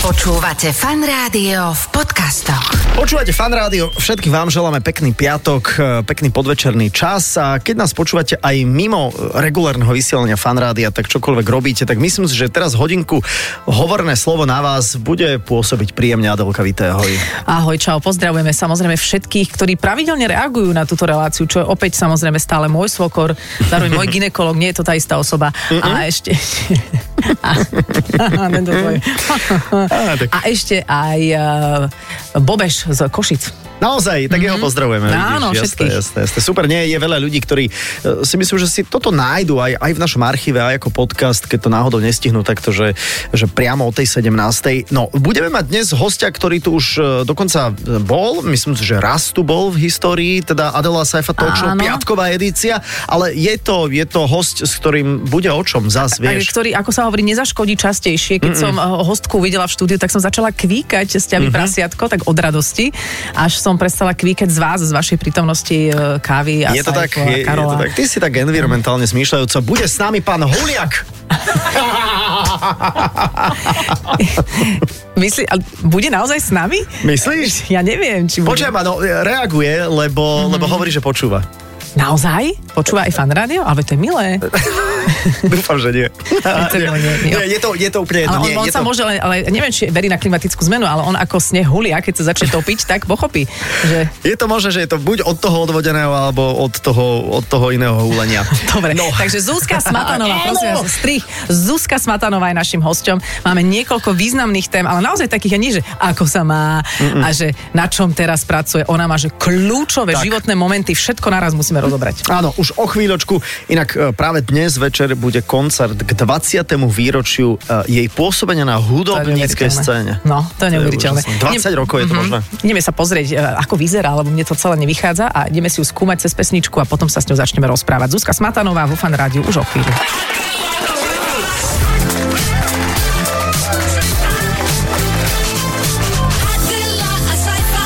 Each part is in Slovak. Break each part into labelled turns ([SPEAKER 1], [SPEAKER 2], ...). [SPEAKER 1] Počúvate Fan Rádio v podcastoch.
[SPEAKER 2] Počúvate fan rádio, všetkým vám želáme pekný piatok, e, pekný podvečerný čas a keď nás počúvate aj mimo e, regulárneho vysielania fan rádia, tak čokoľvek robíte, tak myslím si, že teraz hodinku hovorné slovo na vás bude pôsobiť príjemne Adelka Vité, ahoj.
[SPEAKER 3] Ahoj, čau, pozdravujeme samozrejme všetkých, ktorí pravidelne reagujú na túto reláciu, čo je opäť samozrejme stále môj svokor, zároveň môj ginekolog, nie je to tá istá osoba. A ešte... A, tento tvoj. a ešte aj uh, Bobeš z Košic.
[SPEAKER 2] Naozaj, tak mm-hmm. jeho pozdravujeme.
[SPEAKER 3] Mhm.
[SPEAKER 2] vidíš,
[SPEAKER 3] Áno,
[SPEAKER 2] jasné,
[SPEAKER 3] všetkých.
[SPEAKER 2] jasné, jasné. Super, nie, je veľa ľudí, ktorí e, si myslú, že si toto nájdu aj, aj v našom archíve, aj ako podcast, keď to náhodou nestihnú takto, že, že priamo o tej 17. No, budeme mať dnes hostia, ktorý tu už e, dokonca e, bol, myslím si, že raz tu bol v histórii, teda Adela Saifa Talk Show,
[SPEAKER 3] Áno.
[SPEAKER 2] piatková edícia, ale je to, je to host, s ktorým bude o čom, zás
[SPEAKER 3] Aj,
[SPEAKER 2] vieš.
[SPEAKER 3] ktorý, ako sa hovorí, nezaškodí častejšie. Keď Mm-mm. som eh, hostku videla v štúdiu, tak som začala kvíkať
[SPEAKER 2] Mhm.
[SPEAKER 3] s ťami prasiatko, tak od radosti, až som prestala kvíkať z vás, z vašej prítomnosti eh, kávy a
[SPEAKER 2] Je to,
[SPEAKER 3] Saifo
[SPEAKER 2] tak,
[SPEAKER 3] a
[SPEAKER 2] je, je
[SPEAKER 3] Karola.
[SPEAKER 2] to tak, ty si tak environmentálne smýšľajúca. Bude s nami pán Huliak.
[SPEAKER 3] Myslí, a bude naozaj s nami?
[SPEAKER 2] Myslíš?
[SPEAKER 3] Ja neviem, či bude.
[SPEAKER 2] Počujem, no, reaguje, lebo, mm-hmm. lebo hovorí, že počúva.
[SPEAKER 3] Naozaj? Počúva aj fan rádio? Ale to je milé.
[SPEAKER 2] Dúfam, že nie.
[SPEAKER 3] to bolo nie, nie.
[SPEAKER 2] no, nie je, to, je to úplne jedno.
[SPEAKER 3] Ale on,
[SPEAKER 2] nie,
[SPEAKER 3] on
[SPEAKER 2] je
[SPEAKER 3] sa
[SPEAKER 2] to...
[SPEAKER 3] môže, ale, ale neviem, či verí na klimatickú zmenu, ale on ako sneh hulia, keď sa začne topiť, tak pochopí, že
[SPEAKER 2] Je to možné, že je to buď od toho odvodeného, alebo od toho, od toho iného húlenia.
[SPEAKER 3] Dobre,
[SPEAKER 2] No.
[SPEAKER 3] no. takže Zuzka Smatanová, prosím vás,
[SPEAKER 2] Áno.
[SPEAKER 3] strich. Zuzka Smatanová je našim hosťom. Máme niekoľko významných tém, ale naozaj takých, ja nie, že ako sa má Mm-mm. a že na čom teraz pracuje. Ona má, že kľúčové
[SPEAKER 2] Tak.
[SPEAKER 3] tak. životné momenty, všetko naraz musíme rozobrať.
[SPEAKER 2] Áno, už o chvíľočku. Inak e, práve dnes večer bude koncert k 20. výročiu e, jej pôsobenia na
[SPEAKER 3] To je
[SPEAKER 2] hudobníckej scéne.
[SPEAKER 3] neuveriteľné.
[SPEAKER 2] Mhm.
[SPEAKER 3] No, to je neuveriteľné.
[SPEAKER 2] úžasné. 20 rokov je to možné.
[SPEAKER 3] Ideme sa pozrieť, e, ako vyzerá, lebo mne to celé nevychádza a ideme si ju skúmať cez pesničku a potom sa s ňou začneme rozprávať. Zuzka Smatanová vo Fan Rádiu už o chvíľu.
[SPEAKER 4] Adela a Saifa.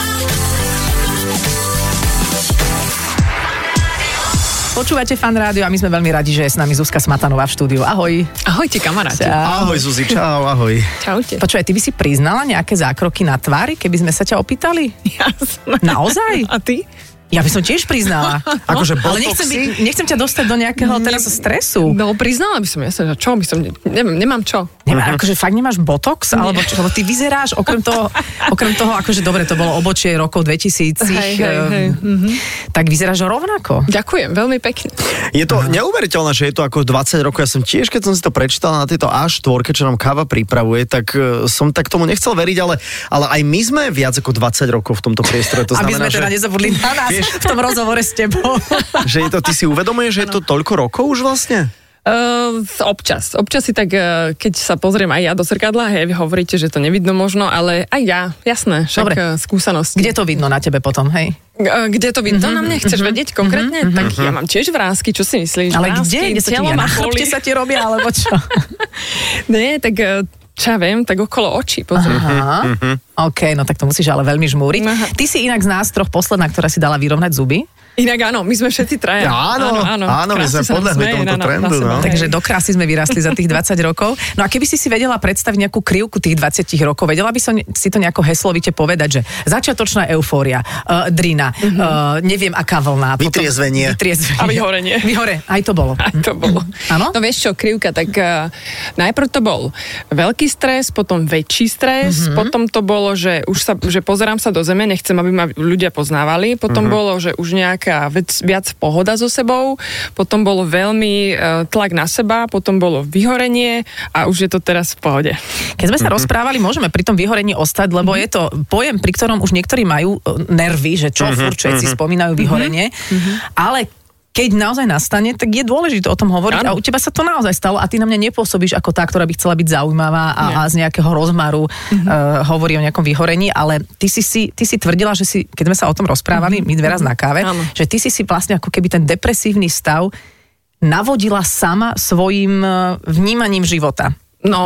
[SPEAKER 3] Počúvate Fan Rádio a my sme veľmi radi, že je s nami Zuzka Smatanová v štúdiu. Ahoj.
[SPEAKER 5] Ahojte kamaráti.
[SPEAKER 2] Ahoj, Zuzi, čau, ahoj.
[SPEAKER 5] Čaute.
[SPEAKER 3] Počúvaj, ty by si priznala nejaké zákroky na tvári, keby sme sa ťa opýtali?
[SPEAKER 5] Jasné.
[SPEAKER 3] Naozaj?
[SPEAKER 5] A ty?
[SPEAKER 3] Ja by som tiež priznala.
[SPEAKER 2] Akože
[SPEAKER 3] Ale nechcem, byť,
[SPEAKER 2] botoxy?
[SPEAKER 3] nechcem ťa dostať do nejakého teraz stresu.
[SPEAKER 5] No priznala by som, jasne, že čo by som, ne- neviem, nemám čo.
[SPEAKER 3] Nemá, akože fakt nemáš botox? Alebo čo, lebo ty vyzeráš okrem toho, okrem toho, akože dobre, to bolo obočie rokov 2000.
[SPEAKER 5] Hej, hej,
[SPEAKER 3] ehm,
[SPEAKER 5] hej, mhm.
[SPEAKER 3] Tak vyzeráš rovnako.
[SPEAKER 5] Ďakujem, veľmi pekne.
[SPEAKER 2] Je to neuveriteľné, že je to ako 20 rokov. Ja som tiež, keď som si to prečítal na tejto A4, čo nám káva pripravuje, tak e, som tak tomu nechcel veriť, ale, ale aj my sme viac ako 20 rokov v tomto priestore. To
[SPEAKER 3] Aby
[SPEAKER 2] znamená,
[SPEAKER 3] sme teda
[SPEAKER 2] že,
[SPEAKER 3] nezabudli na nás
[SPEAKER 2] Vieš-
[SPEAKER 3] v tom rozhovore s tebou.
[SPEAKER 2] že je to, ty si uvedomuješ, že je to toľko rokov už vlastne?
[SPEAKER 5] Uh, občas. Občas si tak, uh, keď sa pozriem aj ja do zrkadla, hej, vy hovoríte, že to nevidno možno, ale aj ja, jasné, však
[SPEAKER 3] Dobre.
[SPEAKER 5] Dobre. skúsenosti.
[SPEAKER 3] Kde Mhm, to vidno na tebe potom, hej?
[SPEAKER 5] Uh, kde to vidno? Mm-hmm, na mne chceš vedieť konkrétne? Mm-hmm, tak mm-hmm. ja mám tiež vrázky, čo si
[SPEAKER 3] mhm.
[SPEAKER 5] myslíš?
[SPEAKER 3] Ale
[SPEAKER 5] vrázky,
[SPEAKER 3] kde? Kde sa ti,
[SPEAKER 5] telo
[SPEAKER 3] ja, na
[SPEAKER 5] ma
[SPEAKER 3] chrbte
[SPEAKER 5] boli.
[SPEAKER 3] sa ti robia, alebo čo?
[SPEAKER 5] Nie, tak uh, čo ja viem, tak okolo očí, pozri.
[SPEAKER 2] Mhm,
[SPEAKER 3] Aha. OK, no tak to musíš ale veľmi žmúriť.
[SPEAKER 5] Aha.
[SPEAKER 3] Ty si inak z nás troch posledná, ktorá si dala vyrovnať zuby.
[SPEAKER 5] Inak áno, my sme všetci traja.
[SPEAKER 2] Ja, áno, áno, my sme
[SPEAKER 5] Krásne sa nám
[SPEAKER 2] podľahli
[SPEAKER 5] smeje
[SPEAKER 2] tomuto
[SPEAKER 5] na- na
[SPEAKER 2] trendu,
[SPEAKER 5] seba.
[SPEAKER 2] no.
[SPEAKER 5] Hej.
[SPEAKER 3] Takže do krásy sme vyrastli za tých 20 rokov. No a keby si si vedela predstaviť nejakú krivku tých 20 rokov, vedela by som si to nejako heslovite povedať, že začiatočná eufória, uh, drina, uh, neviem aká vlna. potom-
[SPEAKER 2] Vytriezvenie.
[SPEAKER 3] vytriezvenie.
[SPEAKER 5] Mhm. A vyhorenie.
[SPEAKER 3] Vyhore, aj to bolo.
[SPEAKER 5] Aj to bolo.
[SPEAKER 3] Áno?
[SPEAKER 5] No vieš čo, krivka, tak uh, najprv to bol veľký stres, potom väčší stres, mm-hmm. potom to bolo, že už sa, že pozerám sa do zeme, nechcem, aby ma ľudia poznávali, potom mm-hmm. bolo, že už nejaká vec, viac pohoda so sebou, potom bolo veľmi uh, tlak na seba, potom bolo vyhorenie a už je to teraz v pohode.
[SPEAKER 3] Keď sme sa
[SPEAKER 5] Mhm.
[SPEAKER 3] rozprávali, môžeme pri tom vyhorení ostať, lebo je to pojem, pri ktorom už niektorí majú e, nervy, že
[SPEAKER 5] Mhm,
[SPEAKER 3] čo furt všetci spomínajú vyhorenie, ale keď naozaj nastane, tak je dôležité o tom hovoriť a
[SPEAKER 5] Áno.
[SPEAKER 3] u teba sa to naozaj stalo a ty na mňa nepôsobíš ako tá, ktorá by chcela byť zaujímavá a, a z nejakého rozmaru uh,
[SPEAKER 5] Mhm.
[SPEAKER 3] hovorí o nejakom vyhorení, ale ty si, si, ty si tvrdila, že si, keď sme sa o tom rozprávali, my dve raz na káve,
[SPEAKER 5] Mhm. Áno.
[SPEAKER 3] že ty si si vlastne ako keby ten depresívny stav navodila sama svojim e, vnímaním No.
[SPEAKER 5] No,
[SPEAKER 3] života.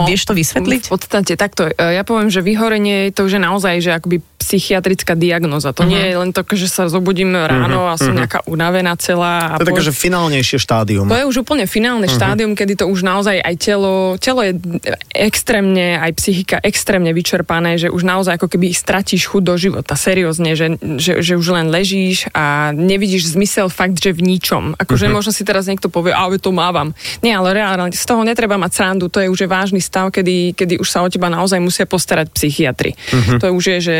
[SPEAKER 3] Vieš to vysvetliť?
[SPEAKER 5] eh, V podstate takto. E, Ja poviem, že vyhorenie je to, že naozaj, že akoby psychiatrická diagnoza. To nie je len to, že sa zobudím ráno a som nejaká unavená celá. A
[SPEAKER 2] To je
[SPEAKER 5] po-
[SPEAKER 2] také, že finálnejšie štádium.
[SPEAKER 5] to je už úplne finálne štádium, kedy to už naozaj aj telo, telo je extrémne, aj psychika extrémne vyčerpané, že už naozaj ako keby stratíš chuť do života, seriózne, že, že, že už len ležíš a nevidíš zmysel fakt, že v ničom. Akože možno si teraz niekto povie, ale to mávam. Nie, ale reálne, z toho netreba mať srandu, to je už je vážny stav, kedy, kedy už sa o teba naozaj musia postarať psychiatri.
[SPEAKER 2] Mhm.
[SPEAKER 5] To už je, že,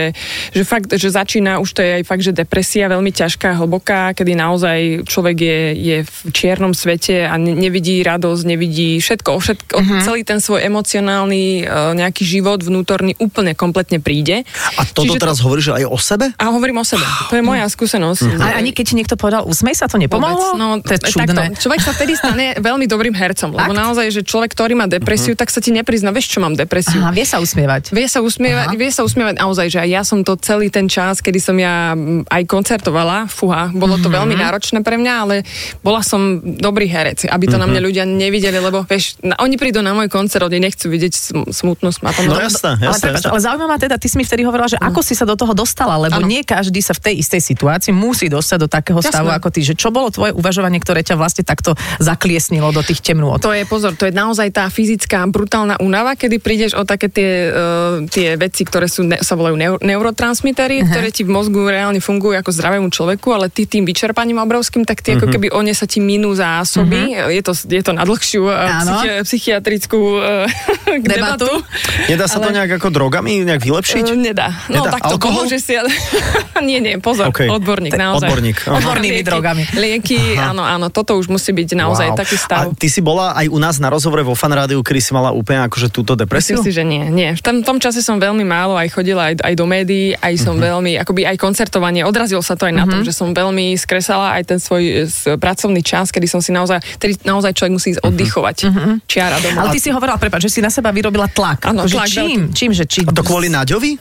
[SPEAKER 5] že fakt, že začína, už to je aj fakt, že depresia veľmi ťažká, hlboká, kedy naozaj človek je, je v čiernom svete a ne, nevidí radosť, nevidí všetko, o všetko mm-hmm.
[SPEAKER 3] Mhm.
[SPEAKER 5] celý ten svoj emocionálny eh, nejaký život vnútorný úplne kompletne príde.
[SPEAKER 2] A toto
[SPEAKER 5] Čiže
[SPEAKER 2] teraz hovoríš aj o sebe?
[SPEAKER 5] A hovorím o sebe. To je moja
[SPEAKER 2] Mhm.
[SPEAKER 5] skúsenosť.
[SPEAKER 3] A ani keď ti niekto povedal, usmej sa, to nepomohlo?
[SPEAKER 5] No,
[SPEAKER 3] to je čudné.
[SPEAKER 5] Takto, človek sa vtedy stane veľmi dobrým hercom, lebo
[SPEAKER 3] Fakt?
[SPEAKER 5] naozaj, že človek, ktorý má
[SPEAKER 2] Mhm.
[SPEAKER 5] depresiu, tak sa ti neprizná, vieš, čo mám depresiu.
[SPEAKER 3] Aha, vie sa usmievať.
[SPEAKER 5] Vie sa, usmievať, vie sa usmievať naozaj, že aj ja som to celý ten čas, kedy som ja mm, aj koncertovala, fuha, bolo to veľmi náročné pre mňa, ale bola som dobrý herec, aby to na mňa ľudia nevideli, lebo vieš, na, oni prídu na môj koncert, oni nechcú vidieť sm- smutnú smatom.
[SPEAKER 2] No jasné,
[SPEAKER 3] ale,
[SPEAKER 2] jasné.
[SPEAKER 3] prepáč,
[SPEAKER 2] jasné.
[SPEAKER 3] ale zaujímavá teda, ty si mi vtedy hovorila, že ako si sa do toho dostala, lebo
[SPEAKER 5] Áno.
[SPEAKER 3] nie každý sa v tej istej situácii musí dostať do takého
[SPEAKER 5] Jasné.
[SPEAKER 3] stavu ako ty. Že čo bolo tvoje uvažovanie, ktoré ťa vlastne takto zakliesnilo do tých temnôt?
[SPEAKER 5] To je, pozor, to je naozaj tá fyzická brutálna únava, kedy prídeš o také tie, uh, tie veci, ktoré sú, ne, sa volajú neu,
[SPEAKER 2] Mhm.
[SPEAKER 5] neurotransmitery, uh-huh. ktoré ti v mozgu reálne fungujú ako zdravému človeku, ale ty tým vyčerpaním obrovským, tak
[SPEAKER 2] Mhm.
[SPEAKER 5] ty uh-huh. ako keby one sa ti minú zásoby. Uh-huh. Je, to, je to na dlhšiu uh,
[SPEAKER 3] Áno.
[SPEAKER 5] psychi- psychiatrickú uh,
[SPEAKER 3] Debatu.
[SPEAKER 5] debatu.
[SPEAKER 2] Nedá sa to nejak ako drogami nejak vylepšiť?
[SPEAKER 5] Uh, nedá. No
[SPEAKER 2] Nedá.
[SPEAKER 5] tak to
[SPEAKER 2] Alkohol?
[SPEAKER 5] pomôže si... ale- nie, nie, pozor,
[SPEAKER 2] Okej.
[SPEAKER 5] okay. odborník,
[SPEAKER 2] Te-
[SPEAKER 5] naozaj.
[SPEAKER 2] odborník, aha.
[SPEAKER 3] Odbornými
[SPEAKER 5] lieky,
[SPEAKER 3] drogami.
[SPEAKER 5] Lieky, áno, áno, toto už musí byť naozaj
[SPEAKER 2] Wow.
[SPEAKER 5] taký stav.
[SPEAKER 2] A ty si bola aj u nás na rozhovore vo fanrádiu, kedy si mala úplne akože túto depresiu?
[SPEAKER 5] Myslím si, že nie. nie. V tom, tom čase som veľmi málo aj chodila aj, aj do médií, aj som uh-huh. veľmi, akoby aj koncertovanie, odrazil sa to aj na tom, že som veľmi skresala aj ten svoj e, s- pracovný čas, kedy som si naozaj, ktorý naozaj človek musí ísť oddychovať. Uh-huh. Čiara
[SPEAKER 3] Ale
[SPEAKER 5] doma.
[SPEAKER 3] ty si hovorila, prepáč, že si na seba vyrobila tlak.
[SPEAKER 5] Áno,
[SPEAKER 3] Akože
[SPEAKER 5] tlak
[SPEAKER 3] čím, čím, že či...
[SPEAKER 2] A to kvôli Naďovi?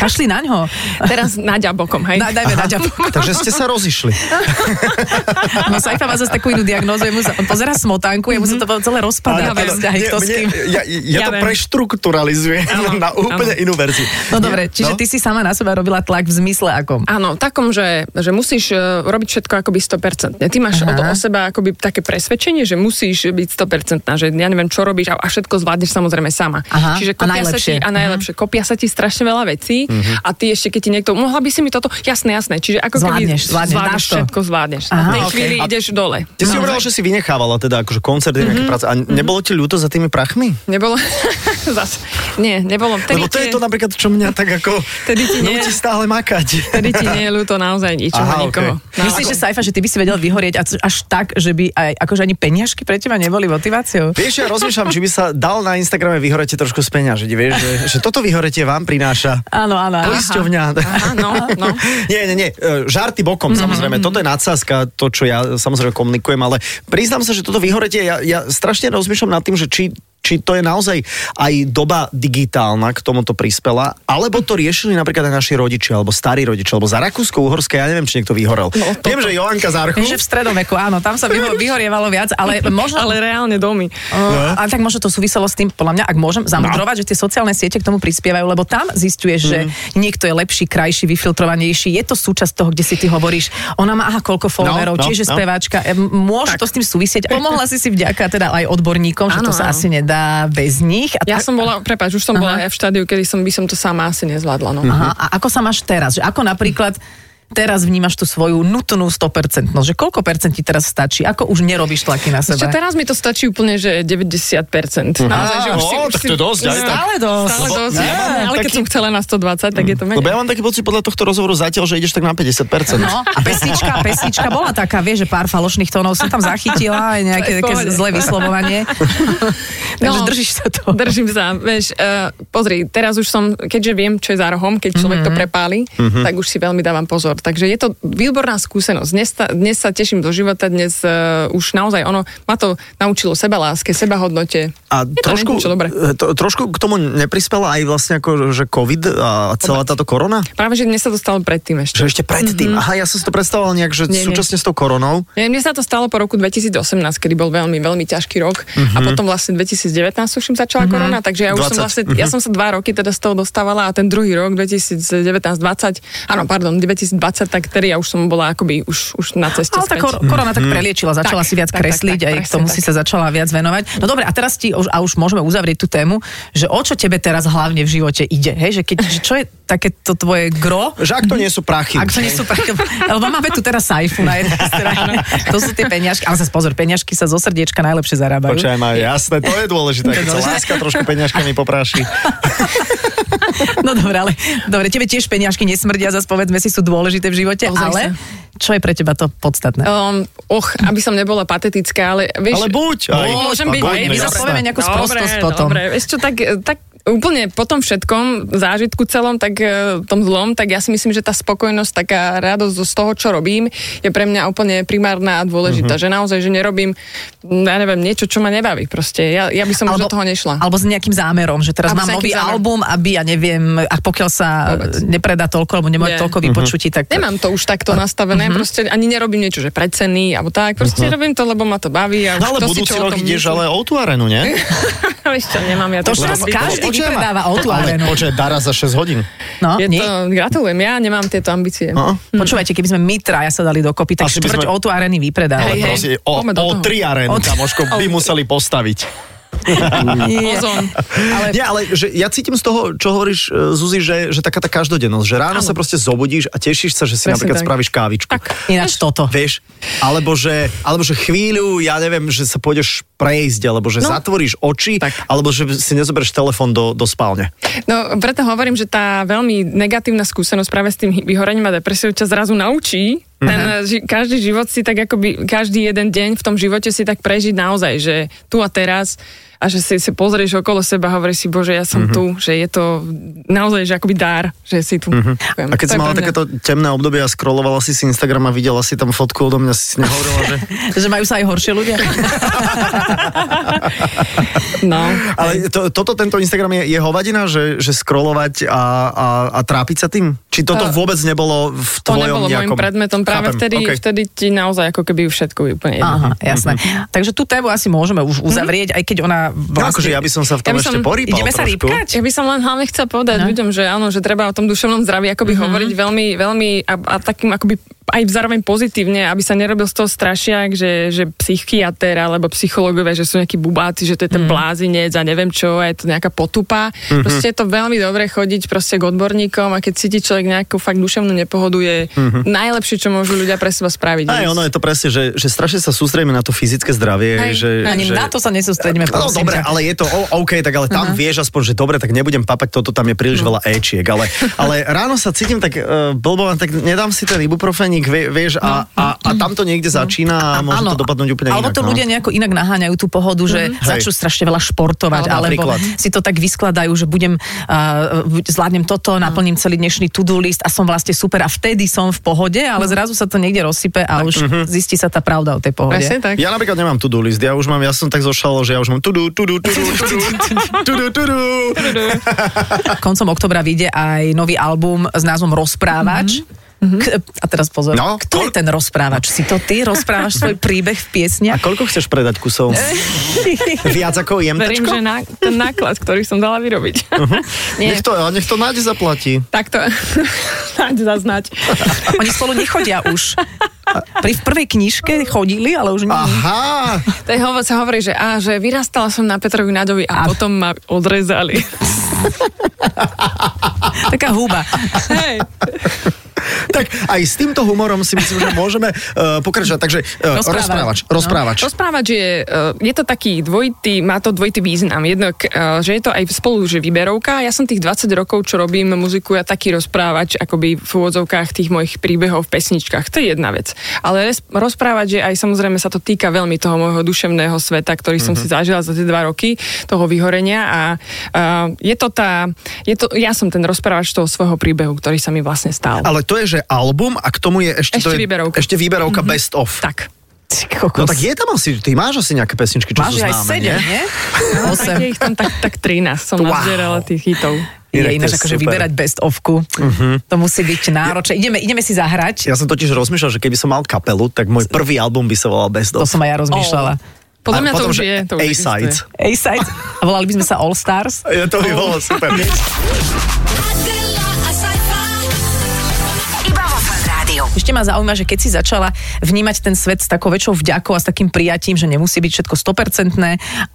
[SPEAKER 3] Kašli na ňo.
[SPEAKER 5] Teraz Nadia bokom, hej?
[SPEAKER 3] Daj, dajme Naďa.
[SPEAKER 2] Takže ste sa rozišli.
[SPEAKER 3] No Saifa má zase takú inú diagnózu, jemu sa, on pozera smotánku, jemu sa to celé rozpadá.
[SPEAKER 5] Áno, áno.
[SPEAKER 3] vzťahy, kto s kým.
[SPEAKER 2] ja, ja,
[SPEAKER 5] Ja
[SPEAKER 2] to
[SPEAKER 5] viem.
[SPEAKER 2] preštrukturalizujem na úplne inú verziu.
[SPEAKER 3] No dobre, čiže ty si sama na seba robila tlak v zmysle akom?
[SPEAKER 5] Áno, takom, že, že musíš e, robiť všetko akoby 100%. Ty máš od, o seba akoby také presvedčenie, že musíš byť 100%, že ja neviem, čo robíš a, a všetko zvládneš samozrejme sama.
[SPEAKER 3] Aha, a
[SPEAKER 5] Čiže kopia sa
[SPEAKER 3] najlepšie. Mhm.
[SPEAKER 5] ti, a najlepšie, kopia sa ti strašne veľa vecí a ty ešte, keď ti niekto, mohla by si mi toto, jasné, jasné, čiže ako
[SPEAKER 3] Zvládneš,
[SPEAKER 5] keby
[SPEAKER 3] zvládneš, dáš to.
[SPEAKER 5] všetko zvládneš.
[SPEAKER 3] Aha,
[SPEAKER 5] a v tej
[SPEAKER 3] okej.
[SPEAKER 5] chvíli
[SPEAKER 2] A-
[SPEAKER 5] ideš dole.
[SPEAKER 2] Ty
[SPEAKER 3] No.
[SPEAKER 2] si hovorila, že si vynechávala teda akože koncerty, nejaké
[SPEAKER 3] Mhm.
[SPEAKER 2] práce. A nebolo ti ľúto za tými prachmi?
[SPEAKER 5] Nebolo, zas, nie, nebolo. Vtedy
[SPEAKER 2] Lebo to
[SPEAKER 5] ti-
[SPEAKER 2] je to napríklad, čo mňa tak ako
[SPEAKER 5] Tedy ti nie.
[SPEAKER 2] nutí stále makať.
[SPEAKER 5] Vtedy ti nie je ľúto naozaj ničoho,
[SPEAKER 2] Aha,
[SPEAKER 5] nikoho.
[SPEAKER 2] okej.
[SPEAKER 5] No,
[SPEAKER 3] Myslíš,
[SPEAKER 5] ako-
[SPEAKER 3] že Saifa, že ty by si vedel vyhorieť až, až tak, že by aj, akože ani peňažky pre teba neboli motiváciou?
[SPEAKER 2] Vieš, ja rozmýšľam, či by sa dal na Instagrame vyhorete trošku speňažiť, vieš, že, že toto vyhorete vám prináša
[SPEAKER 3] Áno, áno. áno.
[SPEAKER 2] poisťovňa.
[SPEAKER 5] Aha, no, no. Mhm,
[SPEAKER 2] Nie, nie, nie, e, žarty bokom samozrejme, toto je nadsázka, to čo ja samozrejme komunikujem, ale priznám sa, že toto vyhorete, ja, ja strašne rozmýšľam nad tým, že či či to je naozaj aj doba digitálna k tomuto prispela, alebo to riešili napríklad aj naši rodičia, alebo starí rodičia, alebo za Rakúsko-Uhorské, ja neviem, či niekto vyhorel. No, Viem, že Joanka Zarchu.
[SPEAKER 3] Že v stredoveku, áno, tam sa vyho- vyhorievalo viac, ale možno...
[SPEAKER 5] Ale reálne domy.
[SPEAKER 3] Uh, ale tak možno to súviselo s tým, podľa mňa, ak môžem zamudrovať, no. že tie sociálne siete k tomu prispievajú, lebo tam zistuješ, že niekto je lepší, krajší, vyfiltrovanejší. Je to súčasť toho, kde si ty hovoríš, ona má aha koľko
[SPEAKER 2] no,
[SPEAKER 3] followerov, no, tiež je
[SPEAKER 2] no.
[SPEAKER 3] speváčka. E, m- Môže tak. to s tým súvisieť. Pomohla si si vďaka teda aj odborníkom, že
[SPEAKER 5] Áno,
[SPEAKER 3] to sa
[SPEAKER 5] áno.
[SPEAKER 3] asi nedá bez nich. A
[SPEAKER 5] Ja
[SPEAKER 3] tak-
[SPEAKER 5] som bola, prepáč, už som bola aj v štádiu, kedy som, by som to sama asi nezvládla. No.
[SPEAKER 3] Aha, a ako sa máš teraz? Že ako napríklad teraz vnímaš tú svoju nutnú 100%, že koľko percent ti teraz stačí? Ako už nerobíš tlaky na
[SPEAKER 5] Čo
[SPEAKER 3] seba?
[SPEAKER 5] teraz mi to stačí úplne, že 90%. Naozaj, že už si,
[SPEAKER 2] Á,
[SPEAKER 5] už
[SPEAKER 2] tak
[SPEAKER 5] si,
[SPEAKER 2] to je dosť, aj
[SPEAKER 5] No,
[SPEAKER 2] tak.
[SPEAKER 3] Stále dosť.
[SPEAKER 5] Stále
[SPEAKER 2] Lebo
[SPEAKER 5] dosť.
[SPEAKER 2] ja mám
[SPEAKER 5] ale keď
[SPEAKER 2] taký-
[SPEAKER 5] som chcela na 120, tak je to
[SPEAKER 2] Lebo ja
[SPEAKER 5] menej.
[SPEAKER 2] mám taký pocit podľa tohto rozhovoru zatiaľ, že ideš tak na 50%.
[SPEAKER 3] No, a pesnička, pesnička bola taká, vieš, že pár falošných tónov som tam zachytila, aj nejaké
[SPEAKER 5] To je v
[SPEAKER 3] také
[SPEAKER 5] pohode.
[SPEAKER 3] zlé vyslovovanie. Takže
[SPEAKER 5] No.
[SPEAKER 3] držíš sa toho.
[SPEAKER 5] Držím sa, vieš, e,
[SPEAKER 3] Mhm.
[SPEAKER 2] Mhm.
[SPEAKER 5] uh, pozri, teraz už som, keďže viem, čo je za rohom, keď človek to prepáli, tak už si veľmi dávam pozor. názor. Takže je to výborná skúsenosť. Dnes, ta- dnes sa teším do života, dnes uh, už naozaj ono ma to naučilo seba láske, seba hodnote.
[SPEAKER 2] A
[SPEAKER 5] je
[SPEAKER 2] trošku,
[SPEAKER 5] to niečo dobré.
[SPEAKER 2] e, to, trošku k tomu neprispela aj vlastne ako, že COVID a celá táto korona?
[SPEAKER 5] Práve, že dnes sa to stalo predtým ešte.
[SPEAKER 2] Že ešte predtým. Mm-hmm. Aha, ja som si to predstavoval nejak, že nie,
[SPEAKER 5] Mhm. Nie, nie.
[SPEAKER 2] súčasne s tou koronou.
[SPEAKER 5] Nie, Mne sa to stalo po roku 2018, kedy bol veľmi, veľmi ťažký rok uh-huh. a
[SPEAKER 3] Mhm.
[SPEAKER 5] potom vlastne 2019 tuším začala uh-huh. korona, takže ja
[SPEAKER 2] 20.
[SPEAKER 5] už som vlastne,
[SPEAKER 3] Mhm.
[SPEAKER 5] uh-huh. ja som sa dva roky teda z toho dostávala a ten druhý rok 2019-20, áno, pardon, 2020, tak tedy ja už som bola akoby už, už na ceste
[SPEAKER 3] Ale tá
[SPEAKER 5] späť.
[SPEAKER 3] kor- korona tak preliečila, začala
[SPEAKER 5] Tak,
[SPEAKER 3] si viac
[SPEAKER 5] tak, tak,
[SPEAKER 3] kresliť,
[SPEAKER 5] tak,
[SPEAKER 3] aj k
[SPEAKER 5] presne
[SPEAKER 3] tomu
[SPEAKER 5] tak.
[SPEAKER 3] si sa začala viac venovať. No dobre, a teraz ti, už- a už môžeme uzavrieť tú tému, že o čo tebe teraz hlavne v živote ide, hej? Že keď, že čo je takéto tvoje gro?
[SPEAKER 2] Že ak to
[SPEAKER 5] Mhm.
[SPEAKER 2] nie sú prachy.
[SPEAKER 3] Ak to nie sú prachy, lebo máme tu teraz sajfu na jednej strane. To sú tie peňažky, ale sa pozor, peňažky sa zo srdiečka najlepšie zarábajú.
[SPEAKER 2] Počkaj ma, jasné, to je dôležité, keď sa
[SPEAKER 3] dôležité.
[SPEAKER 2] láska trošku peňažkami popráši.
[SPEAKER 3] No dobre, ale dobre, tebe tiež peňažky nesmrdia, zase povedzme si, sú dôležité v živote,
[SPEAKER 5] Pozri
[SPEAKER 3] ale čo je pre teba to podstatné?
[SPEAKER 5] Um, och, aby som nebola patetická, ale vieš...
[SPEAKER 2] Ale buď aj.
[SPEAKER 5] Môžem
[SPEAKER 2] A
[SPEAKER 5] byť,
[SPEAKER 2] buď,
[SPEAKER 5] hej,
[SPEAKER 2] no
[SPEAKER 5] my
[SPEAKER 2] jasné.
[SPEAKER 5] zase
[SPEAKER 3] povieme nejakú sprostosť potom.
[SPEAKER 5] Dobre, vieš čo, tak, tak úplne po tom všetkom, zážitku celom, tak e, tom zlom, tak ja si myslím, že tá spokojnosť, taká radosť zo- z toho, čo robím, je pre mňa úplne primárna a dôležitá.
[SPEAKER 2] Mhm.
[SPEAKER 5] Že naozaj, že nerobím, m, ja neviem, niečo, čo ma nebaví. Proste ja, ja by som už do toho nešla.
[SPEAKER 3] Alebo s nejakým zámerom, že teraz
[SPEAKER 5] Alebo
[SPEAKER 3] mám
[SPEAKER 5] s nejakým
[SPEAKER 3] nový
[SPEAKER 5] zámerom.
[SPEAKER 3] album, aby, ja neviem, a pokiaľ sa
[SPEAKER 5] Vôbec.
[SPEAKER 3] nepredá toľko, alebo nemá
[SPEAKER 5] Nie.
[SPEAKER 3] toľko
[SPEAKER 2] Mhm.
[SPEAKER 3] vypočutí, tak...
[SPEAKER 5] Nemám to už takto
[SPEAKER 3] Mhm.
[SPEAKER 5] nastavené, proste ani nerobím niečo, že predcený, alebo tak, proste robím to, lebo ma to baví. A
[SPEAKER 2] Mhm. No ale
[SPEAKER 5] kto si
[SPEAKER 2] budúci
[SPEAKER 5] čo o
[SPEAKER 2] rok
[SPEAKER 5] tom
[SPEAKER 2] ideš
[SPEAKER 5] myslí.
[SPEAKER 2] ale o tú arenu, nie?
[SPEAKER 5] Vieš čo, nemám ja
[SPEAKER 3] To
[SPEAKER 5] takú
[SPEAKER 3] už teraz
[SPEAKER 5] ambíciu.
[SPEAKER 3] každý
[SPEAKER 2] Počkaj ma.
[SPEAKER 3] vypredáva o tú
[SPEAKER 2] Ale
[SPEAKER 3] arenu.
[SPEAKER 2] Počkaj, Dara za 6 hodín.
[SPEAKER 3] No,
[SPEAKER 5] Je
[SPEAKER 3] nie? Mhm.
[SPEAKER 5] to, gratulujem, ja nemám tieto ambície.
[SPEAKER 2] No.
[SPEAKER 3] Počúvajte, keby sme my traja sa dali dokopy, tak
[SPEAKER 2] Asi by
[SPEAKER 3] štvrť
[SPEAKER 2] sme-
[SPEAKER 3] o tú areny
[SPEAKER 2] Ale
[SPEAKER 3] vypredávali.
[SPEAKER 5] hej.
[SPEAKER 2] prosím, o,
[SPEAKER 5] Poďme do
[SPEAKER 2] o
[SPEAKER 5] toho.
[SPEAKER 2] tri arenu,
[SPEAKER 3] O-
[SPEAKER 2] kamoško, by museli postaviť.
[SPEAKER 5] Ozon.
[SPEAKER 2] Ale... Nie, ale že ja cítim z toho, čo hovoríš, e, Zuzi, že, že taká tá každodennosť, že ráno
[SPEAKER 5] Áno.
[SPEAKER 2] sa proste zobudíš a tešíš sa, že si
[SPEAKER 5] Presne
[SPEAKER 2] napríklad
[SPEAKER 5] tak.
[SPEAKER 2] spravíš kávičku.
[SPEAKER 5] Tak.
[SPEAKER 3] Ináč
[SPEAKER 5] No.
[SPEAKER 3] toto.
[SPEAKER 2] Vieš, alebo že, alebo že chvíľu, ja neviem, že sa pôjdeš prejsť, alebo že no.
[SPEAKER 5] No.
[SPEAKER 2] zatvoríš oči, tak.
[SPEAKER 5] Tak.
[SPEAKER 2] alebo že si nezoberieš telefón do, do spálne.
[SPEAKER 5] No preto hovorím, že tá veľmi negatívna skúsenosť práve s tým hy- vyhorením a depresiou ťa zrazu naučí.
[SPEAKER 2] Mhm.
[SPEAKER 5] Ten, eh, ži- každý život si tak akoby, každý jeden deň v tom živote si tak prežiť naozaj, že tu a teraz a že si, si pozrieš okolo seba a hovoríš si, bože, ja
[SPEAKER 2] Mhm.
[SPEAKER 5] som tu, že je to naozaj, že akoby dár, že si tu. Ďakujem.
[SPEAKER 2] Mhm. A keď si
[SPEAKER 5] To je
[SPEAKER 2] mala
[SPEAKER 5] pre mňa.
[SPEAKER 2] takéto temné obdobie a scrollovala si si Instagram a videla si tam fotku odo mňa, si si nehovorila, že...
[SPEAKER 3] Že majú sa aj horšie ľudia.
[SPEAKER 5] No.
[SPEAKER 2] Ale to, toto, tento Instagram je, je hovadina, že, že scrollovať a, a, a trápiť sa tým? Či toto
[SPEAKER 5] To-
[SPEAKER 2] vôbec nebolo v
[SPEAKER 5] To
[SPEAKER 2] tvojom
[SPEAKER 5] nebolo
[SPEAKER 2] nejakom...
[SPEAKER 5] môjim predmetom, práve
[SPEAKER 2] Chápem,
[SPEAKER 5] vtedy,
[SPEAKER 2] okej.
[SPEAKER 5] vtedy ti naozaj ako keby všetko je úplne jedno.
[SPEAKER 3] Aha, jasné. Takže tú tému asi môžeme už uzavrieť, aj keď ona
[SPEAKER 2] Mhm. No
[SPEAKER 3] vlastne...
[SPEAKER 2] akože ja by som sa v tom
[SPEAKER 5] Mhm. Ja by
[SPEAKER 2] ešte
[SPEAKER 5] som-
[SPEAKER 2] porýpal
[SPEAKER 3] Ideme sa
[SPEAKER 2] trošku.
[SPEAKER 3] rýpkať?
[SPEAKER 5] Ja by som len hlavne chcela
[SPEAKER 2] No.
[SPEAKER 5] povedať ľuďom, že áno, že treba o tom duševnom zdraví akoby
[SPEAKER 2] Mhm.
[SPEAKER 5] hovoriť veľmi, veľmi a, a takým akoby aj zároveň pozitívne, aby sa nerobil z toho strašiak, že, že psychiatr alebo psychológovia, že sú nejakí bubáci, že to je
[SPEAKER 2] Mhm.
[SPEAKER 5] ten blázinec a neviem čo, a je to nejaká potupa. Proste je to veľmi dobre chodiť proste k odborníkom a keď cíti človek nejakú fakt duševnú nepohodu, je najlepšie, čo môžu ľudia pre seba spraviť.
[SPEAKER 2] Mhm. Aj ono je to presne, že, že strašne sa sústredíme na to fyzické zdravie.
[SPEAKER 5] Hej,
[SPEAKER 2] že,
[SPEAKER 3] Ani
[SPEAKER 2] že...
[SPEAKER 3] na to sa nesústredíme.
[SPEAKER 2] No
[SPEAKER 3] prosím
[SPEAKER 2] dobre,
[SPEAKER 3] ťa.
[SPEAKER 2] ale je to o, OK, tak ale tam vieš aspoň, že dobre, tak nebudem papať toto, tam je príliš veľa Ečiek, ale, ale ráno sa cítim tak uh, blbo, len tak nedám si ten ibuprofeník, vie- vieš, a, a, a tam to niekde začína a môže to dopadnúť úplne
[SPEAKER 3] alebo
[SPEAKER 2] inak. no. Mhm.
[SPEAKER 3] to ľudia nejako inak naháňajú tú pohodu, že mm-hmm.
[SPEAKER 2] Hej.
[SPEAKER 3] začnú strašne veľa športovať,
[SPEAKER 2] Alebo napríklad.
[SPEAKER 3] alebo, alebo si to tak vyskladajú, že budem, uh, zvládnem toto,
[SPEAKER 2] Mhm.
[SPEAKER 3] naplním celý dnešný to-do list a som vlastne super a vtedy som v pohode, ale
[SPEAKER 2] Mhm.
[SPEAKER 3] zrazu sa to niekde rozsype a už zistí sa tá pravda o tej pohode.
[SPEAKER 5] Presne tak.
[SPEAKER 2] Ja napríklad nemám to-do list, ja už mám, ja som tak zošalo, že ja už mám to-do, to-do, to-do, to-do, to-do, to-do.
[SPEAKER 3] Koncom oktobra vyjde aj nový album s názvom Rozprávač. Mm-hmm. K- a teraz pozor,
[SPEAKER 2] Mhm. No,
[SPEAKER 3] kto
[SPEAKER 2] kol-
[SPEAKER 3] je ten rozprávač? Si to ty? Rozprávaš svoj príbeh v
[SPEAKER 2] A
[SPEAKER 3] piesniach?
[SPEAKER 2] koľko chceš predať kusov? Viac ako
[SPEAKER 5] Verím,
[SPEAKER 2] jemtačko?
[SPEAKER 5] že na, ten náklad, ktorý som dala vyrobiť. Nie.
[SPEAKER 2] Mhm. Nech to, nech to Náď zaplatí.
[SPEAKER 5] Takto, dať zaznať.
[SPEAKER 3] Oni spolu nechodia už. Pri v prvej knižke chodili, ale už nie.
[SPEAKER 2] Aha!
[SPEAKER 5] To je hovo- sa hovorí, že, á, že vyrastala som na Petrovi Nadovi a,
[SPEAKER 3] A-
[SPEAKER 5] potom ma odrezali.
[SPEAKER 3] Taká húba.
[SPEAKER 5] Hej.
[SPEAKER 2] Tak aj s týmto humorom si myslím, že môžeme uh, pokračovať. Takže uh,
[SPEAKER 3] Rozprávač.
[SPEAKER 2] rozprávač,
[SPEAKER 3] No.
[SPEAKER 2] rozprávač.
[SPEAKER 5] Rozprávač je, eh, je to taký dvojitý, má to dvojitý význam. Jedno, k- eh, že je to aj spolu, že výberovka. Ja som tých 20 rokov, čo robím muziku, ja taký rozprávač, akoby v úvodzovkách tých mojich príbehov v pesničkách. To je jedna vec. Ale res- rozprávať, že aj samozrejme sa to týka veľmi toho môjho duševného sveta, ktorý som si
[SPEAKER 2] Mhm.
[SPEAKER 5] zažila za tie dva roky, toho vyhorenia. A eh, je to tá, je to, ja som ten rozprávač toho svojho príbehu, ktorý sa mi vlastne stal.
[SPEAKER 2] Ale to je, že album a k tomu je ešte,
[SPEAKER 5] Ešte
[SPEAKER 2] to je,
[SPEAKER 5] výberovka. Mhm.
[SPEAKER 2] Ešte výberovka mm-hmm. Best of.
[SPEAKER 5] Tak.
[SPEAKER 3] Ty kokos.
[SPEAKER 2] No tak je tam asi, ty máš asi nejaké pesničky, čo
[SPEAKER 3] Máš
[SPEAKER 2] sú
[SPEAKER 3] aj
[SPEAKER 2] známe,
[SPEAKER 3] 7,
[SPEAKER 2] nie?
[SPEAKER 3] nie?
[SPEAKER 5] No, tak
[SPEAKER 3] 8.
[SPEAKER 5] je ich tam tak, tak 13 som
[SPEAKER 2] Wow.
[SPEAKER 5] wow. nazbierala tých hitov.
[SPEAKER 3] Je
[SPEAKER 2] Inak to
[SPEAKER 3] ináč
[SPEAKER 2] je
[SPEAKER 3] akože
[SPEAKER 2] super. Mhm.
[SPEAKER 3] vyberať best ofku. To musí byť náročné. Ideme, ideme si zahrať.
[SPEAKER 2] Ja som totiž rozmýšľal, že keby som mal kapelu, tak môj prvý album by sa volal Best
[SPEAKER 3] To
[SPEAKER 2] of.
[SPEAKER 3] som aj ja rozmýšľala.
[SPEAKER 2] Oh.
[SPEAKER 5] Podľa
[SPEAKER 2] A
[SPEAKER 5] mňa to
[SPEAKER 2] potom,
[SPEAKER 5] už
[SPEAKER 2] že
[SPEAKER 5] je. To už
[SPEAKER 2] A-sides.
[SPEAKER 5] existuje.
[SPEAKER 3] A-side. A volali by sme sa All Stars.
[SPEAKER 2] Ja, to
[SPEAKER 5] Oh.
[SPEAKER 2] by bolo super.
[SPEAKER 4] Adela, a sci-fi.
[SPEAKER 1] Iba vo Fan Rádiu.
[SPEAKER 3] Ešte ma zaujíma, že keď si začala vnímať ten svet s takou väčšou vďakou a s takým prijatím, že nemusí byť všetko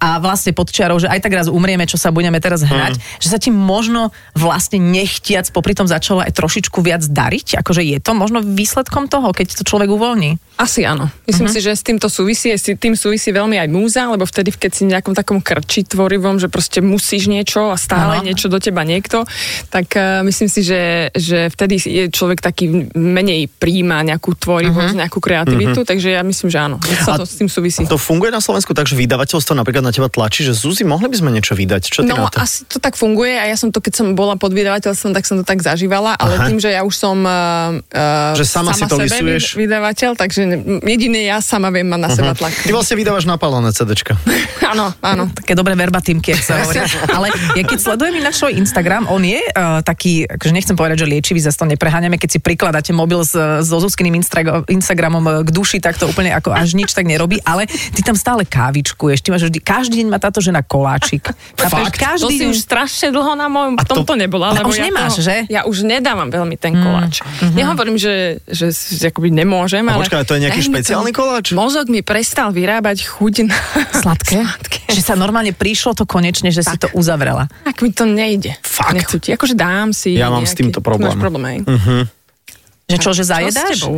[SPEAKER 3] 100% a vlastne pod čiarou, že aj tak raz umrieme, čo sa budeme teraz hrať,
[SPEAKER 2] Mhm.
[SPEAKER 3] že sa ti možno vlastne nechtiac popri tom začalo aj trošičku viac dariť? Akože je to možno výsledkom toho, keď to človek uvoľní?
[SPEAKER 5] Asi áno. Myslím uh-huh. si, že s týmto súvisí, s tým súvisí veľmi aj múza, lebo vtedy, keď si v nejakom takom krči tvorivom, že proste musíš niečo a
[SPEAKER 3] Áno.
[SPEAKER 5] stále niečo do teba niekto, tak uh, myslím si, že, že vtedy je človek taký menej príjma nejakú tvorivosť, uh-huh. nejakú kreativitu, uh-huh. takže ja myslím, že áno. že Sa to s tým súvisí.
[SPEAKER 2] To funguje na Slovensku tak, že vydavateľstvo napríklad na teba tlačí, že Zuzi, mohli by sme niečo vydať. Čo ty na
[SPEAKER 5] No
[SPEAKER 2] to?
[SPEAKER 5] asi to tak funguje a ja som to, keď som bola pod vydavateľstvom, tak som to tak zažívala, ale
[SPEAKER 2] Aha.
[SPEAKER 5] Aha. tým, že ja už som uh, uh,
[SPEAKER 2] Že sama si to
[SPEAKER 5] sebe
[SPEAKER 2] lisuješ?
[SPEAKER 5] vyd- vydavateľ, takže ne- jedine ja sama viem mať na seba tlak.
[SPEAKER 2] Ty vlastne vydávaš napálené CDčka.
[SPEAKER 5] Áno, áno.
[SPEAKER 3] Také dobré verbatímky, ak sa hovorí. Ale ja keď sledujem ináč svoj Instagram, on je uh, taký, akože nechcem povedať, že liečivý, zase to nepreháňame, keď si prikladáte mobil s, s Zuzkyným Instra- Instagramom eh, k duši, tak to úplne ako až nič tak nerobí, ale ty tam stále kávičku ešte máš vždy, každý deň má táto žena koláčik. Chápeš?
[SPEAKER 2] Fakt?
[SPEAKER 5] To
[SPEAKER 3] Každý
[SPEAKER 5] si
[SPEAKER 3] deň.
[SPEAKER 5] už strašne dlho na mojom
[SPEAKER 2] A
[SPEAKER 5] a
[SPEAKER 2] to-
[SPEAKER 5] tomto nebola.
[SPEAKER 3] A
[SPEAKER 5] lebo
[SPEAKER 3] už
[SPEAKER 5] ja
[SPEAKER 3] nemáš,
[SPEAKER 5] to,
[SPEAKER 3] že?
[SPEAKER 5] Ja už nedávam veľmi
[SPEAKER 3] Mm.
[SPEAKER 5] ten koláč.
[SPEAKER 3] Mhm.
[SPEAKER 5] Nehovorím, že, že, s- že akoby nemôžem,
[SPEAKER 2] A
[SPEAKER 5] ale...
[SPEAKER 2] počkaj, to je nejaký
[SPEAKER 5] Daj mi
[SPEAKER 2] špeciálny
[SPEAKER 5] ten-
[SPEAKER 2] koláč?
[SPEAKER 5] Mozog mi prestal vyrábať chuť na...
[SPEAKER 3] Sladké?
[SPEAKER 5] Sladké.
[SPEAKER 3] Že sa normálne prišlo to konečne, že tak. si to uzavrela.
[SPEAKER 5] Tak mi to nejde.
[SPEAKER 2] Fakt?
[SPEAKER 5] Nechutí. Akože dám si
[SPEAKER 2] Ja mám s
[SPEAKER 5] nejaký-
[SPEAKER 2] týmto problém.
[SPEAKER 5] Máš problém, hej?
[SPEAKER 3] Že čo, že
[SPEAKER 5] Čo s
[SPEAKER 3] zajedáš?
[SPEAKER 5] tebou?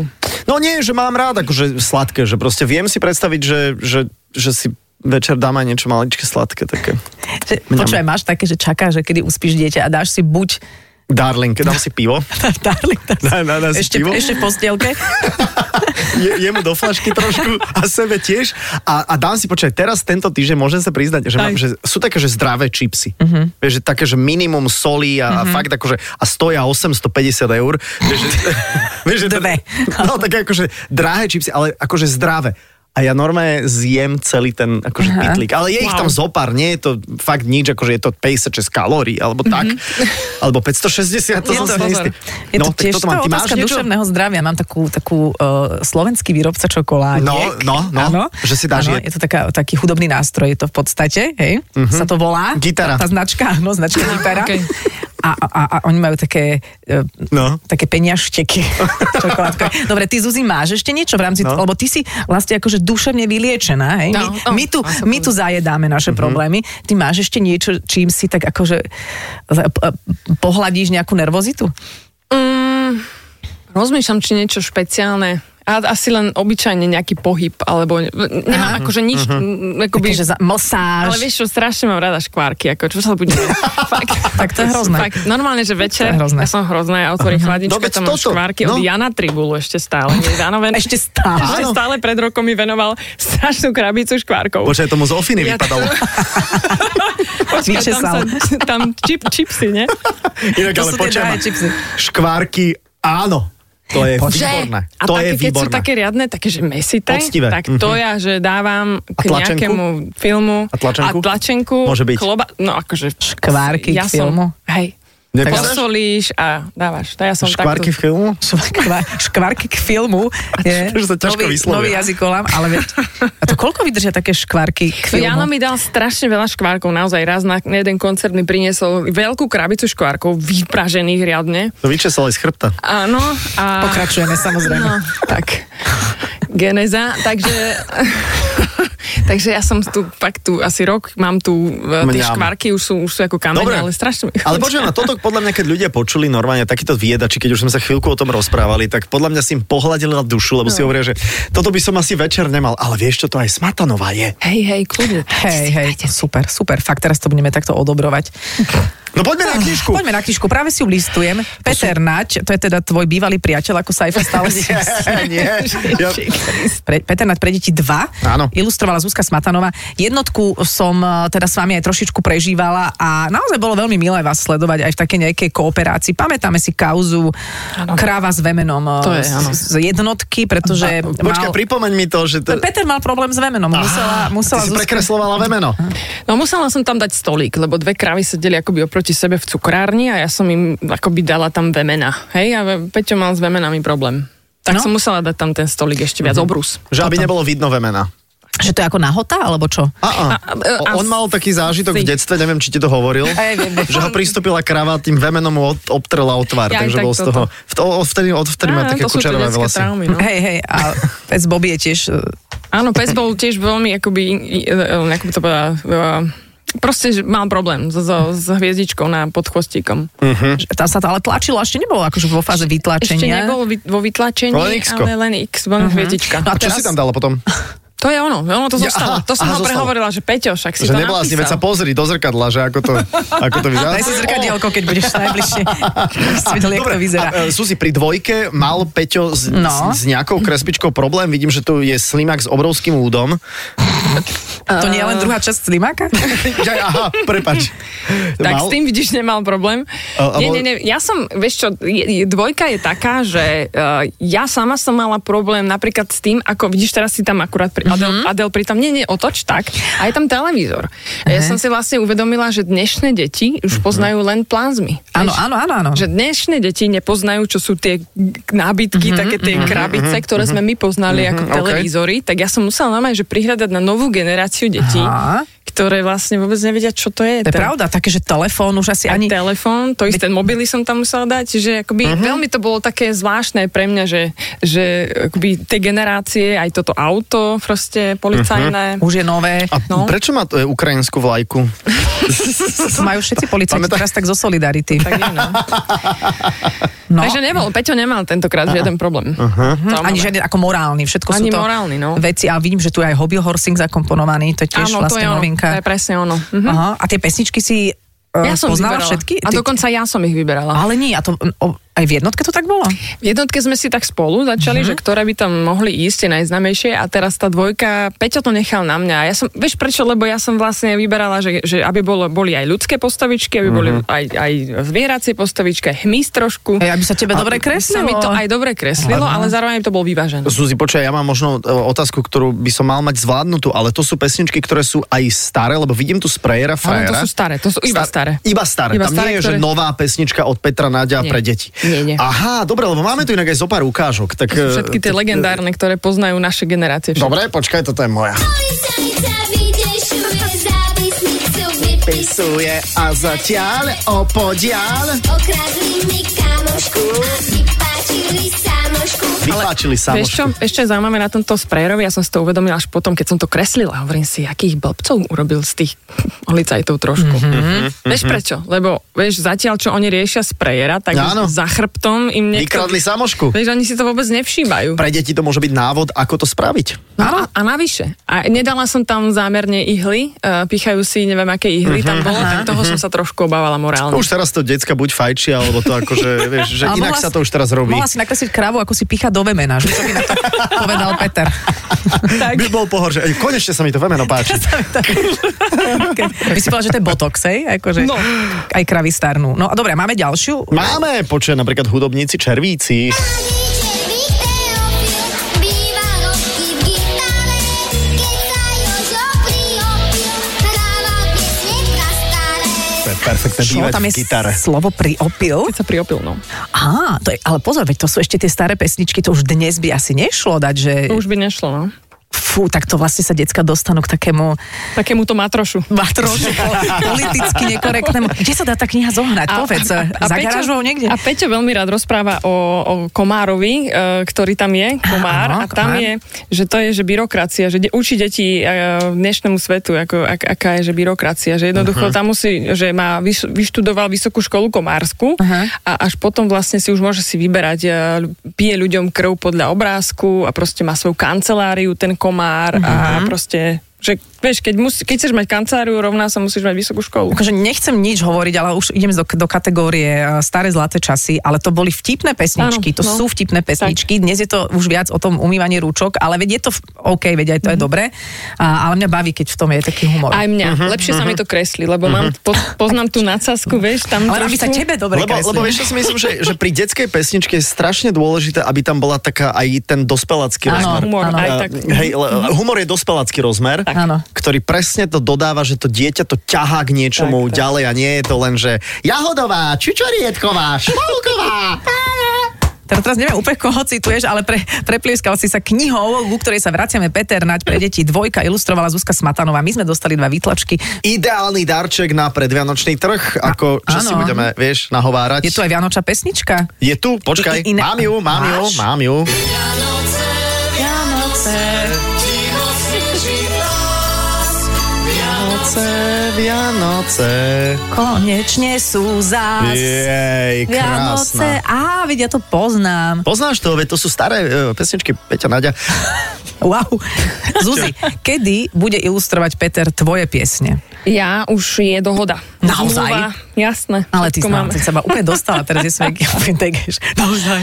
[SPEAKER 2] No nie, že mám rád akože sladké, že proste viem si predstaviť, že, že, že si večer dám aj niečo maličké sladké také.
[SPEAKER 3] Že,
[SPEAKER 2] Mňam.
[SPEAKER 3] počúvaj, máš také, že čaká, že kedy uspíš dieťa a dáš si buď
[SPEAKER 2] Darling, dám si pivo.
[SPEAKER 3] Darling, dáš si-
[SPEAKER 2] Dá- dá- dá si
[SPEAKER 3] ešte,
[SPEAKER 2] pivo?
[SPEAKER 3] ešte v postielke.
[SPEAKER 2] je, jemu do flašky trošku a sebe tiež. A, a dám si počkaj, teraz tento týždeň môžem sa priznať, že, mám, že sú také, že zdravé čipsy.
[SPEAKER 3] Mhm.
[SPEAKER 2] Uh-huh. Vieš, že také, že minimum soli a, uh-huh. a fakt akože a stoja 850 eur. Vieš, že, vieš, že
[SPEAKER 3] Dve.
[SPEAKER 2] No také akože drahé čipsy, ale akože zdravé. A ja normálne zjem celý ten akože pitlík. Ale je ich tam zopár, nie je to fakt nič, akože je to 56 kalórií, alebo tak. Alebo 560, to
[SPEAKER 5] Je
[SPEAKER 2] som si
[SPEAKER 5] to
[SPEAKER 2] neistý. No,
[SPEAKER 5] zopár.
[SPEAKER 3] Mhm. Je to
[SPEAKER 2] tak
[SPEAKER 3] tiež
[SPEAKER 2] toto
[SPEAKER 3] tá
[SPEAKER 2] mám. Ty máš
[SPEAKER 3] otázka
[SPEAKER 2] niečo?
[SPEAKER 3] duševného zdravia. Mám takú, takú uh, slovenský výrobca čokoládiek.
[SPEAKER 2] No, no, no,
[SPEAKER 3] Áno.
[SPEAKER 2] že si dáš
[SPEAKER 3] áno,
[SPEAKER 2] jed- Mhm.
[SPEAKER 3] Je to taká, taký chudobný nástroj, je to v podstate, hej? Uh-huh. Sa to volá.
[SPEAKER 2] Gitara.
[SPEAKER 3] Tá, tá značka, áno, značka gitara.
[SPEAKER 5] okej.
[SPEAKER 3] A, a, a, a oni majú také, e,
[SPEAKER 2] No.
[SPEAKER 3] také peniažteky čokoládkové. Dobre, ty Zuzi máš ešte niečo v rámci,
[SPEAKER 2] No.
[SPEAKER 3] no. lebo ty si vlastne akože duševne vyliečená, hej? my,
[SPEAKER 5] No, no,
[SPEAKER 3] my, tu,
[SPEAKER 5] a
[SPEAKER 3] my tu zajedáme naše
[SPEAKER 5] Mhm.
[SPEAKER 3] problémy. Ty máš ešte niečo, čím si tak akože za- p- pohľadíš nejakú nervozitu?
[SPEAKER 5] Mm, rozmýšľam, či niečo špeciálne. A asi len obyčajne nejaký pohyb, alebo ne- nemám akože nič, mm,
[SPEAKER 3] Mhm.
[SPEAKER 5] akoby,
[SPEAKER 3] Takže Akože za, masáž.
[SPEAKER 5] ale vieš čo, strašne mám rada škvárky, ako čo sa bude. Fakt,
[SPEAKER 3] Tak to je hrozné.
[SPEAKER 5] Fakt, normálne, že
[SPEAKER 3] To
[SPEAKER 5] večer,
[SPEAKER 3] je hrozné.
[SPEAKER 5] ja som hrozná, ja otvorím
[SPEAKER 2] No
[SPEAKER 5] chladničku,
[SPEAKER 2] veď
[SPEAKER 5] tam mám
[SPEAKER 2] toto,
[SPEAKER 5] škvárky
[SPEAKER 2] no.
[SPEAKER 5] od Jana Tribulu ešte stále. nie je Danoven.
[SPEAKER 3] Ešte stále.
[SPEAKER 5] Ešte
[SPEAKER 2] Áno.
[SPEAKER 5] stále pred rokom mi venoval strašnú krabicu škvárkov.
[SPEAKER 2] Počkaj, tomu z ofiny
[SPEAKER 5] Ja-
[SPEAKER 2] vypadalo.
[SPEAKER 5] Počkaj, tam, sa,
[SPEAKER 3] Vyčesal.
[SPEAKER 5] tam čip, čipsy, ne?
[SPEAKER 2] Inak
[SPEAKER 3] To
[SPEAKER 2] ale
[SPEAKER 3] sú tie
[SPEAKER 2] počujem.
[SPEAKER 3] drahé čipsy.
[SPEAKER 2] Škvárky, áno. To je
[SPEAKER 3] Počkaj.
[SPEAKER 2] výborné.
[SPEAKER 5] A
[SPEAKER 2] To
[SPEAKER 5] také,
[SPEAKER 2] je
[SPEAKER 5] keď sú
[SPEAKER 2] výborné.
[SPEAKER 5] také riadne, také, že mesité,
[SPEAKER 2] Poctivé. Mhm.
[SPEAKER 5] tak to ja, že dávam k
[SPEAKER 2] tlačenku?
[SPEAKER 5] nejakému filmu
[SPEAKER 2] A tlačenku?
[SPEAKER 5] a tlačenku
[SPEAKER 2] Môže byť.
[SPEAKER 5] Kloba, no akože
[SPEAKER 3] Škvárky
[SPEAKER 5] ja
[SPEAKER 3] k filmu?
[SPEAKER 5] Som, hej,
[SPEAKER 2] Nepoznáš?
[SPEAKER 5] posolíš a dávaš. To ja som
[SPEAKER 2] Škvárky v
[SPEAKER 5] takto.
[SPEAKER 2] filmu?
[SPEAKER 3] Škva- škvarky k filmu je
[SPEAKER 2] čo, že sa ťažko
[SPEAKER 3] nový,
[SPEAKER 2] vyslovuje.
[SPEAKER 3] nový jazykolám, ale veď, a to koľko vydržia také škvarky k
[SPEAKER 5] No, Jano
[SPEAKER 3] filmu?
[SPEAKER 5] mi dal strašne veľa škvárkov, naozaj raz na na jeden koncert mi priniesol veľkú krabicu škvárkov, vypražených riadne.
[SPEAKER 2] To vyčesal aj z chrbta.
[SPEAKER 5] Áno. A...
[SPEAKER 3] Pokračujeme, samozrejme.
[SPEAKER 5] No, tak. Geneza, takže... takže ja som tu fakt tu asi rok, mám tu e, tie
[SPEAKER 2] Mňam.
[SPEAKER 5] škvarky, už sú, už sú ako kamene, ale strašne... mi-
[SPEAKER 2] Ale počujem, a toto podľa mňa, keď ľudia počuli normálne takýto viedači, keď už sme sa chvíľku o tom rozprávali, tak podľa mňa si im pohľadila dušu, lebo si hovoria, že toto by som asi večer nemal. Ale vieš, čo to aj Smatanová je.
[SPEAKER 5] Hej, hej, kľudne.
[SPEAKER 3] Hej, hej, super, super, fakt teraz to budeme takto odobrovať.
[SPEAKER 2] No poďme na knižku.
[SPEAKER 3] Ah, Poďme na knižku, práve si ju listujem. Peter Nač, to je teda tvoj bývalý priateľ, ako Saifa stále si
[SPEAKER 2] nie. Ja,
[SPEAKER 3] pre, Peter Naď pre deti 2.
[SPEAKER 2] Áno.
[SPEAKER 3] Ilustrovala Zuzka Smatanová. Jednotku som eh, teda s vami aj trošičku prežívala a naozaj bolo veľmi milé vás sledovať aj v takej nejakej kooperácii. Pamätáme si kauzu kráva s vemenom eh,
[SPEAKER 5] To je,
[SPEAKER 3] z-
[SPEAKER 5] áno.
[SPEAKER 3] z jednotky, pretože
[SPEAKER 2] počkaj,
[SPEAKER 3] mal...
[SPEAKER 2] pripomeň mi to, že... To...
[SPEAKER 3] Peter mal problém s vemenom, musela, musela
[SPEAKER 2] Ty si
[SPEAKER 3] Zuzka-
[SPEAKER 2] prekreslovala vemeno.
[SPEAKER 5] No musela som tam dať stolík, lebo dve kravy sedeli akoby oproti sebe v cukrárni a ja som im akoby dala tam vemena. Hej, a Peťo mal s vemenami problém. Tak
[SPEAKER 3] No.
[SPEAKER 5] no? som musela dať tam ten stolík ešte
[SPEAKER 2] Mhm.
[SPEAKER 5] viac, obrus.
[SPEAKER 2] Že aby nebolo vidno vemena.
[SPEAKER 3] Že to je ako nahota, alebo čo?
[SPEAKER 2] A, a.
[SPEAKER 5] A- a- a-
[SPEAKER 2] on mal taký zážitok v
[SPEAKER 5] si-
[SPEAKER 2] detstve, neviem, či ti to hovoril,
[SPEAKER 3] Aj, viem, viem.
[SPEAKER 2] že ho pristúpila krava, tým vemenom mu od, obtrela o tvár,
[SPEAKER 5] Ja aj
[SPEAKER 2] takže
[SPEAKER 5] tak
[SPEAKER 2] bol z
[SPEAKER 5] toto.
[SPEAKER 2] toho... V to, od vtedy, od vtedy má
[SPEAKER 5] Áno,
[SPEAKER 2] také
[SPEAKER 5] to sú tie
[SPEAKER 2] kučerové
[SPEAKER 5] detské
[SPEAKER 2] vlasy.
[SPEAKER 5] traumy, no.
[SPEAKER 3] Hej, hej, a pes Bobby je tiež... eh,
[SPEAKER 5] Áno, pes bol tiež veľmi, akoby, i- i- e, ako by to povedala, e, proste že mal problém so, so, s hviezdičkou na podchvostíkom.
[SPEAKER 2] Hm.
[SPEAKER 3] že- Tam sa to ale tlačilo, a ešte nebolo akože vo fáze vytlačenia.
[SPEAKER 5] Ešte nebol vy, vo vytlačení,
[SPEAKER 2] Len X-ko. Mhm.
[SPEAKER 5] ale len X, len hviezdička.
[SPEAKER 3] No
[SPEAKER 2] A čo si tam dala potom?
[SPEAKER 5] To je ono, ono to
[SPEAKER 2] Ja,
[SPEAKER 5] zostalo.
[SPEAKER 2] aha,
[SPEAKER 5] to som
[SPEAKER 2] aha,
[SPEAKER 5] ho
[SPEAKER 2] zostalo.
[SPEAKER 5] prehovorila, že Peťo, však si
[SPEAKER 2] Že
[SPEAKER 5] to
[SPEAKER 2] neblázni, veď sa
[SPEAKER 5] napísal.
[SPEAKER 2] pozri do zrkadla, že ako to, ako to vyzerá.
[SPEAKER 3] Daj si zrkadielko, keď budeš najbližšie. Aby si vedel, jak to vyzerá.
[SPEAKER 2] A, e, Suzi, pri dvojke mal Peťo s,
[SPEAKER 3] No.
[SPEAKER 2] no. s, s nejakou krespičkou problém. Vidím, že tu je slimak s obrovským údom.
[SPEAKER 3] To nie je len druhá časť slimáka?
[SPEAKER 2] Ja, aha, prepač.
[SPEAKER 5] Tak s tým vidíš, nemal problém.
[SPEAKER 2] A- a bol-
[SPEAKER 5] nie, nie, nie, ja som, vieš čo, je, je, dvojka je taká, že uh, ja sama som mala problém napríklad s tým, ako vidíš, teraz si tam akurát pri, Adel,
[SPEAKER 3] Mhm.
[SPEAKER 5] Adel pri tom, nie, nie, otoč tak, a je tam televízor. A ja som si vlastne uvedomila, že dnešné deti
[SPEAKER 2] Mhm.
[SPEAKER 5] už poznajú len plázmy.
[SPEAKER 3] Áno,
[SPEAKER 5] Vieš?
[SPEAKER 3] áno, áno, áno.
[SPEAKER 5] Že dnešné deti nepoznajú, čo sú tie k-
[SPEAKER 3] Mhm,
[SPEAKER 5] nábytky, také tie krabice, ktoré sme my poznali ako
[SPEAKER 2] ok.
[SPEAKER 5] televízory, tak ja som musela normálne, že prihľadať na novú generáciu detí,
[SPEAKER 3] Aha.
[SPEAKER 5] ktoré vlastne vôbec nevedia, čo to je.
[SPEAKER 3] To
[SPEAKER 5] Teda
[SPEAKER 3] je
[SPEAKER 5] Ten-
[SPEAKER 3] pravda, také, že telefón už asi ani...
[SPEAKER 5] ani... telefón, to isté mobily som tam musela dať, že akoby uh-huh. veľmi to bolo také zvláštne pre mňa, že, že akoby tie generácie, aj toto auto proste policajné. Uh-huh.
[SPEAKER 3] Už je nové.
[SPEAKER 2] A
[SPEAKER 5] no.
[SPEAKER 2] prečo má to, e, ukrajinskú vlajku?
[SPEAKER 3] Majú všetci policajti
[SPEAKER 2] Pamätá-
[SPEAKER 3] teraz tak zo solidarity.
[SPEAKER 5] Tak je, no.
[SPEAKER 3] No, Mhm. Hm,
[SPEAKER 5] Takže nebol, Peťo nemal tentokrát žiaden problém. Uh-huh.
[SPEAKER 3] ani žiadny ako morálny, všetko sú
[SPEAKER 5] Ani
[SPEAKER 3] to
[SPEAKER 5] morálny, no.
[SPEAKER 3] veci. A vidím, že tu je aj hobby horsing zakomponovaný, to je tiež
[SPEAKER 5] Áno, to
[SPEAKER 3] vlastne
[SPEAKER 5] je ono,
[SPEAKER 3] novinka.
[SPEAKER 5] to je presne ono. Uh-huh.
[SPEAKER 3] Aha, a tie pesničky si uh,
[SPEAKER 5] Ja som
[SPEAKER 3] poznala
[SPEAKER 5] vyberala.
[SPEAKER 3] všetky?
[SPEAKER 5] A
[SPEAKER 3] Ty-
[SPEAKER 5] dokonca ja som ich vyberala.
[SPEAKER 3] Ale nie, a to, o, aj v jednotke to tak bolo?
[SPEAKER 5] V jednotke sme si tak spolu začali, že ktoré by tam mohli ísť, tie najznamejšie a teraz tá dvojka, Peťo to nechal na mňa. Ja som, vieš prečo, lebo ja som vlastne vyberala, že, že aby bolo, boli aj ľudské postavičky, aby boli aj, aj zvieracie postavičky, aj hmyz trošku.
[SPEAKER 3] Hej, aby sa tebe dobre
[SPEAKER 5] Sa
[SPEAKER 3] kreslilo.
[SPEAKER 5] mi to aj dobre kreslilo, ale zároveň to bol vyvážené.
[SPEAKER 2] Suzi, počkaj, ja mám možno e, otázku, ktorú by som mal mať zvládnutú, ale to sú pesničky, ktoré sú aj staré, lebo vidím tu z Frejera,
[SPEAKER 5] Ale to
[SPEAKER 2] Frejera.
[SPEAKER 5] sú staré, to sú iba staré.
[SPEAKER 2] Iba staré.
[SPEAKER 5] Iba
[SPEAKER 2] Tam
[SPEAKER 5] staré,
[SPEAKER 2] nie je, že
[SPEAKER 5] ktoré-
[SPEAKER 2] nová pesnička od Petra Nadia
[SPEAKER 5] Nie.
[SPEAKER 2] pre deti.
[SPEAKER 5] Nie, nie.
[SPEAKER 2] Aha, dobre, lebo máme tu inak aj zo pár ukážok. Tak,
[SPEAKER 5] To sú
[SPEAKER 2] e,
[SPEAKER 5] Všetky tie
[SPEAKER 2] tak, e,
[SPEAKER 5] legendárne, ktoré poznajú naše generácie. Všetky.
[SPEAKER 2] Dobre, počkaj, toto je moja.
[SPEAKER 4] Policajta vytešuje závisnicu, vypisuje
[SPEAKER 2] Pisuje a zatiaľ opodiaľ
[SPEAKER 4] Okradli mi kamošku a vypáčili samošku
[SPEAKER 2] vypáčili
[SPEAKER 5] Vieš čo,
[SPEAKER 2] samošku.
[SPEAKER 5] ešte je zaujímavé na tomto sprejerovi, ja som si to uvedomila až potom, keď som to kreslila. Hovorím si, akých blbcov urobil z tých policajtov trošku.
[SPEAKER 2] Mhm.
[SPEAKER 5] Mm-hmm, vieš prečo? Lebo vieš, zatiaľ, čo oni riešia sprejera, tak
[SPEAKER 2] Áno.
[SPEAKER 5] Áno. za chrbtom im niekto...
[SPEAKER 2] Vykradli samošku.
[SPEAKER 5] Vieš, oni si to vôbec nevšímajú.
[SPEAKER 2] Pre deti to môže byť návod, ako to spraviť.
[SPEAKER 5] No a, a navyše. A nedala som tam zámerne ihly, uh, pichajú si neviem aké ihly tam bolo, tak toho som sa trošku obávala morálne.
[SPEAKER 2] Mhm. Už teraz to decka buď fajčia, alebo to akože, vieš, že
[SPEAKER 3] Ale
[SPEAKER 2] inak
[SPEAKER 3] mohla
[SPEAKER 2] sa
[SPEAKER 3] si-
[SPEAKER 5] vlastne-
[SPEAKER 2] to už teraz robí.
[SPEAKER 3] Mohla si nakresliť kravu, ako si picha do vemena, že to by na to povedal Peter.
[SPEAKER 5] tak.
[SPEAKER 2] By bol pohor, že "Ej, konečne sa mi to vemeno páči.
[SPEAKER 3] By si povedal, že to je botox, hej? Akože no.
[SPEAKER 5] No.
[SPEAKER 3] aj kravy starnú. No a dobre, máme ďalšiu?
[SPEAKER 2] Máme, počuje napríklad hudobníci Červíci.
[SPEAKER 4] Ani červík teofil Býva roky v gitare Keď sa Jožo priopil Hráva piesne prastaré
[SPEAKER 2] To je perfektné
[SPEAKER 3] Čo?
[SPEAKER 2] bývať
[SPEAKER 3] Tam
[SPEAKER 2] v
[SPEAKER 3] je
[SPEAKER 2] gitare.
[SPEAKER 3] slovo priopil?
[SPEAKER 5] Keď sa priopil, no.
[SPEAKER 3] Á, to je, ale pozor, veď to sú ešte tie staré pesničky, to už dnes by asi nešlo dať, že
[SPEAKER 5] To už by nešlo, no.
[SPEAKER 3] fú, tak to vlastne sa decka dostanú k takému
[SPEAKER 5] Takému to matrošu.
[SPEAKER 3] trošku politicky nekorektnému. Kde sa dá tá kniha zohnať? Povedz, za
[SPEAKER 5] Peťo-
[SPEAKER 3] garážou niekde?
[SPEAKER 5] A Peťo veľmi rád rozpráva o, o komárovi, e, ktorý tam je, komár,
[SPEAKER 3] áno,
[SPEAKER 5] a tam
[SPEAKER 3] komár.
[SPEAKER 5] je, že to je, že byrokracia, že de, učí deti e, dnešnému svetu, ako, ak, aká je, že byrokracia, že jednoducho uh-huh. tam musí, že má, vys, vyštudoval vysokú školu komársku
[SPEAKER 3] Aha.
[SPEAKER 5] a až potom vlastne si už môže si vyberať, e, pije
[SPEAKER 3] Mhm.
[SPEAKER 5] ľuďom krv podľa obrázku a proste má svoju kanceláriu, ten komár uh-huh. a proste Že, vieš, keď, musí, keď chceš mať kanceláriu, rovná sa musíš mať vysokú školu.
[SPEAKER 3] Akože nechcem nič hovoriť, ale už idem do, do kategórie eh, staré zlaté časy, ale to boli vtipné pesničky,
[SPEAKER 5] Áno,
[SPEAKER 3] to
[SPEAKER 5] no.
[SPEAKER 3] sú vtipné pesničky, dnes je to už viac o tom umývaní rúčok, ale veď je to v- OK, veď aj to je dobre, a, ale mňa baví, keď v tom je taký humor.
[SPEAKER 5] Mhm. Aj mňa. Uh-huh, Lepšie uh-huh. sa mi
[SPEAKER 3] mhm.
[SPEAKER 5] to kreslí, lebo uh-huh. mám, po, poznám tú nadsázku, vieš, tam...
[SPEAKER 3] ale aby sa
[SPEAKER 5] trošku-
[SPEAKER 3] tebe dobre
[SPEAKER 2] Lebo,
[SPEAKER 3] kreslí.
[SPEAKER 2] lebo vieš, čo si myslím, že, že pri detskej pesničke je strašne dôležité, aby tam bola taká aj ten dospelacký
[SPEAKER 3] Áno,
[SPEAKER 2] rozmer.
[SPEAKER 5] humor,
[SPEAKER 3] áno.
[SPEAKER 5] aj
[SPEAKER 2] A-
[SPEAKER 5] tak.
[SPEAKER 2] Hej, le, humor je dospelacký rozmer,
[SPEAKER 3] Mhm. Tak. Áno.
[SPEAKER 2] ktorý presne to dodáva, že to dieťa to ťahá k niečomu
[SPEAKER 5] Tak, tak.
[SPEAKER 2] ďalej a nie je to len, že jahodová, čučorietková, šmolková.
[SPEAKER 3] Teraz, teraz neviem úplne, koho cituješ, ale pre, preplieskal si sa knihou, ku ktorej sa vraciame Peter Naď pre deti. Dvojka ilustrovala Zuzka Smatanová. My sme dostali dva výtlačky.
[SPEAKER 2] Ideálny darček na predvianočný trh, ako čo si
[SPEAKER 3] áno.
[SPEAKER 2] budeme, vieš, nahovárať.
[SPEAKER 3] Je tu aj Vianočná pesnička?
[SPEAKER 2] je tu, počkaj,
[SPEAKER 3] I- i- iné-
[SPEAKER 2] mám ju, mám ju,
[SPEAKER 3] Máš?
[SPEAKER 2] mám ju. Vianoce, Vianoce.
[SPEAKER 3] Konečne sú zás.
[SPEAKER 2] Jej,
[SPEAKER 3] Vianoce.
[SPEAKER 2] krásna.
[SPEAKER 3] Á, veď ja to poznám.
[SPEAKER 2] Poznáš to, veď to sú staré e, pesničky Peťa Nadia.
[SPEAKER 3] Wow. Zuzi, kedy bude ilustrovať Peter tvoje piesne?
[SPEAKER 5] Ja už je dohoda.
[SPEAKER 3] Naozaj?
[SPEAKER 5] Zmluva, jasné.
[SPEAKER 3] Ale ty
[SPEAKER 5] všetko
[SPEAKER 3] znám,
[SPEAKER 5] máme.
[SPEAKER 3] ty sa ma úplne dostala teraz, je svoj gejš. Naozaj.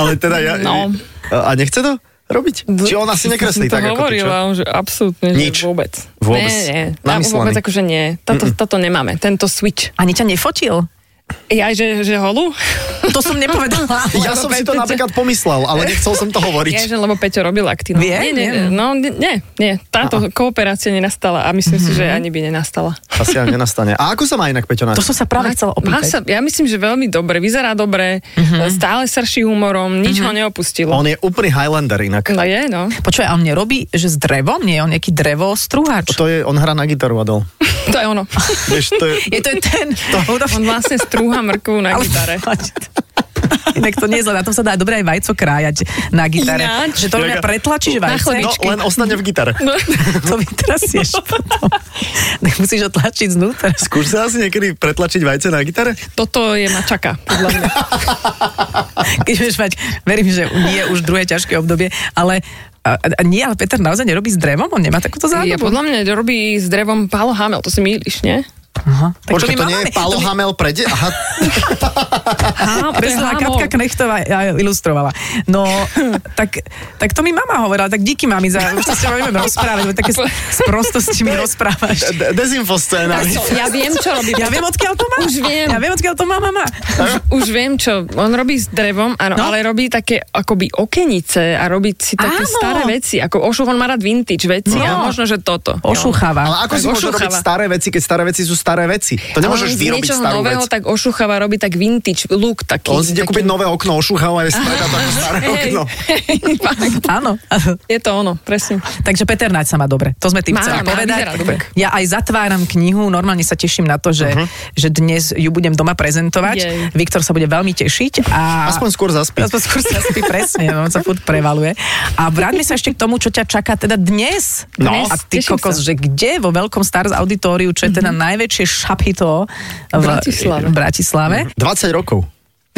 [SPEAKER 2] Ale teda ja...
[SPEAKER 5] No.
[SPEAKER 2] A nechce to robiť? Či ona si nekreslí
[SPEAKER 5] Som to
[SPEAKER 2] tak ako ty, čo?
[SPEAKER 5] hovorila, že absolútne,
[SPEAKER 2] Nič.
[SPEAKER 5] že vôbec.
[SPEAKER 2] Vôbec.
[SPEAKER 5] Nie, nie. Ja
[SPEAKER 2] Namyslený.
[SPEAKER 5] vôbec akože nie. Toto, toto nemáme, tento switch.
[SPEAKER 3] Ani ťa nefotil?
[SPEAKER 5] Ja, že, že holú?
[SPEAKER 3] To som nepovedala.
[SPEAKER 2] Ja som si to napríklad pomyslel, ale nechcel som to
[SPEAKER 5] Ja,
[SPEAKER 2] hovoriť.
[SPEAKER 5] že lebo Peťo robil aktívne.
[SPEAKER 3] Vie?
[SPEAKER 5] Nie, nie,
[SPEAKER 3] Viem.
[SPEAKER 5] no, nie, nie. Táto kooperácia nenastala a myslím
[SPEAKER 2] Mhm.
[SPEAKER 5] si, že ani by nenastala.
[SPEAKER 2] Asi ani nenastane. A ako sa má inak Peťo Nadia?
[SPEAKER 3] To som sa práve chcela
[SPEAKER 5] Má
[SPEAKER 3] opýtať.
[SPEAKER 5] sa, ja myslím, že veľmi dobre, vyzerá dobre, stále srší humorom, nič ho neopustilo.
[SPEAKER 2] On je úplný Highlander inak.
[SPEAKER 5] No je, no.
[SPEAKER 3] Počúvaj, a on nerobí, že s drevom? Nie, on nejaký drevo strúhač.
[SPEAKER 2] To je, on hrá na gitaru a dol.
[SPEAKER 5] To je ono.
[SPEAKER 2] Vieš, to je...
[SPEAKER 3] Je to je ten... To,
[SPEAKER 5] On vlastne strúha mrkvu na gitare.
[SPEAKER 3] Inak to nie je zle, na tom sa dá aj dobre aj vajco krájať na gitare. Že
[SPEAKER 5] Ináč.
[SPEAKER 3] to mňa pretlačíš
[SPEAKER 5] Na
[SPEAKER 3] vajce.
[SPEAKER 5] chlebík.
[SPEAKER 2] No,
[SPEAKER 5] Pečky.
[SPEAKER 2] len ostane v gitare.
[SPEAKER 5] No,
[SPEAKER 3] To vytrasieš potom. Tak musíš ho tlačiť znútra.
[SPEAKER 2] Skúš sa asi niekedy pretlačiť vajce na gitare?
[SPEAKER 5] toto je mačaka, podľa mňa.
[SPEAKER 3] Keď budeš mať, verím, že nie je už druhé ťažké obdobie, ale a, a nie, ale Peter naozaj nerobí s drevom? On nemá takúto
[SPEAKER 5] Ja
[SPEAKER 3] záľubu?
[SPEAKER 5] podľa mňa robí s drevom Palo Hamel, to si mýliš, nie?
[SPEAKER 3] Aha. Tak
[SPEAKER 2] Počkaj,
[SPEAKER 3] my
[SPEAKER 2] to nie
[SPEAKER 3] máme.
[SPEAKER 2] je Palo Hamel pre de- Aha,
[SPEAKER 3] Áno,
[SPEAKER 5] to je
[SPEAKER 3] presne,
[SPEAKER 5] Hamel.
[SPEAKER 3] Katka Knechtová ja, ilustrovala. No, tak, tak to mi mama hovorila, tak díky mami za, už sa s tebou budeme rozprávať, lebo také s- s prostosti mi rozprávaš.
[SPEAKER 2] de- dezinfoscéna.
[SPEAKER 5] Ja viem, čo robí.
[SPEAKER 3] Ja viem, odkiaľ to má.
[SPEAKER 5] Už viem.
[SPEAKER 3] Ja viem, odkiaľ to má mama.
[SPEAKER 5] Už, už viem, čo. On robí s drevom,
[SPEAKER 3] No.
[SPEAKER 5] áno, no? ale robí také akoby okenice a robí si
[SPEAKER 3] Áno.
[SPEAKER 5] také áno. staré veci. Ako ošu, on má rád vintage veci.
[SPEAKER 3] No.
[SPEAKER 5] No. A možno, že toto.
[SPEAKER 2] Ale
[SPEAKER 3] Ošucháva.
[SPEAKER 2] ako si
[SPEAKER 5] Tak
[SPEAKER 2] môžeš robiť
[SPEAKER 5] ošucháva.
[SPEAKER 2] staré veci, keď staré veci sú staré veci? To
[SPEAKER 5] On
[SPEAKER 2] nemôžeš
[SPEAKER 5] z
[SPEAKER 2] vyrobiť
[SPEAKER 5] niečoho
[SPEAKER 2] starú
[SPEAKER 5] nového
[SPEAKER 2] vec.
[SPEAKER 5] tak ošucháva, robí tak vintage look taký.
[SPEAKER 2] On si ide
[SPEAKER 5] taký-
[SPEAKER 2] kúpiť nové no. okno, ošúchal a je stredá to ako staré
[SPEAKER 5] Hej,
[SPEAKER 2] okno.
[SPEAKER 5] hej, fakt.
[SPEAKER 3] Áno.
[SPEAKER 5] Je to ono, presne.
[SPEAKER 3] Takže Peter Naď sa má dobre. To sme tým
[SPEAKER 5] Má,
[SPEAKER 3] chceli
[SPEAKER 5] má,
[SPEAKER 3] povedať.
[SPEAKER 5] vyzerá dobre.
[SPEAKER 3] Ja aj zatváram knihu, normálne sa teším na to, že, že dnes ju budem doma prezentovať.
[SPEAKER 5] Jej.
[SPEAKER 3] Viktor sa bude veľmi tešiť. A...
[SPEAKER 2] Aspoň skôr zaspí.
[SPEAKER 3] Aspoň skôr sa spí presne, no, on sa furt prevaluje. A vráťme sa ešte k tomu, čo ťa čaká teda dnes.
[SPEAKER 5] No.
[SPEAKER 3] a ty
[SPEAKER 5] Teším
[SPEAKER 3] kokos,
[SPEAKER 5] sa. Mhm.
[SPEAKER 3] že kde vo Veľkom Stars auditoriu, čo je teda najväčšie šapito v
[SPEAKER 5] Bratislave.
[SPEAKER 3] v Bratislave.
[SPEAKER 2] 20 rokov.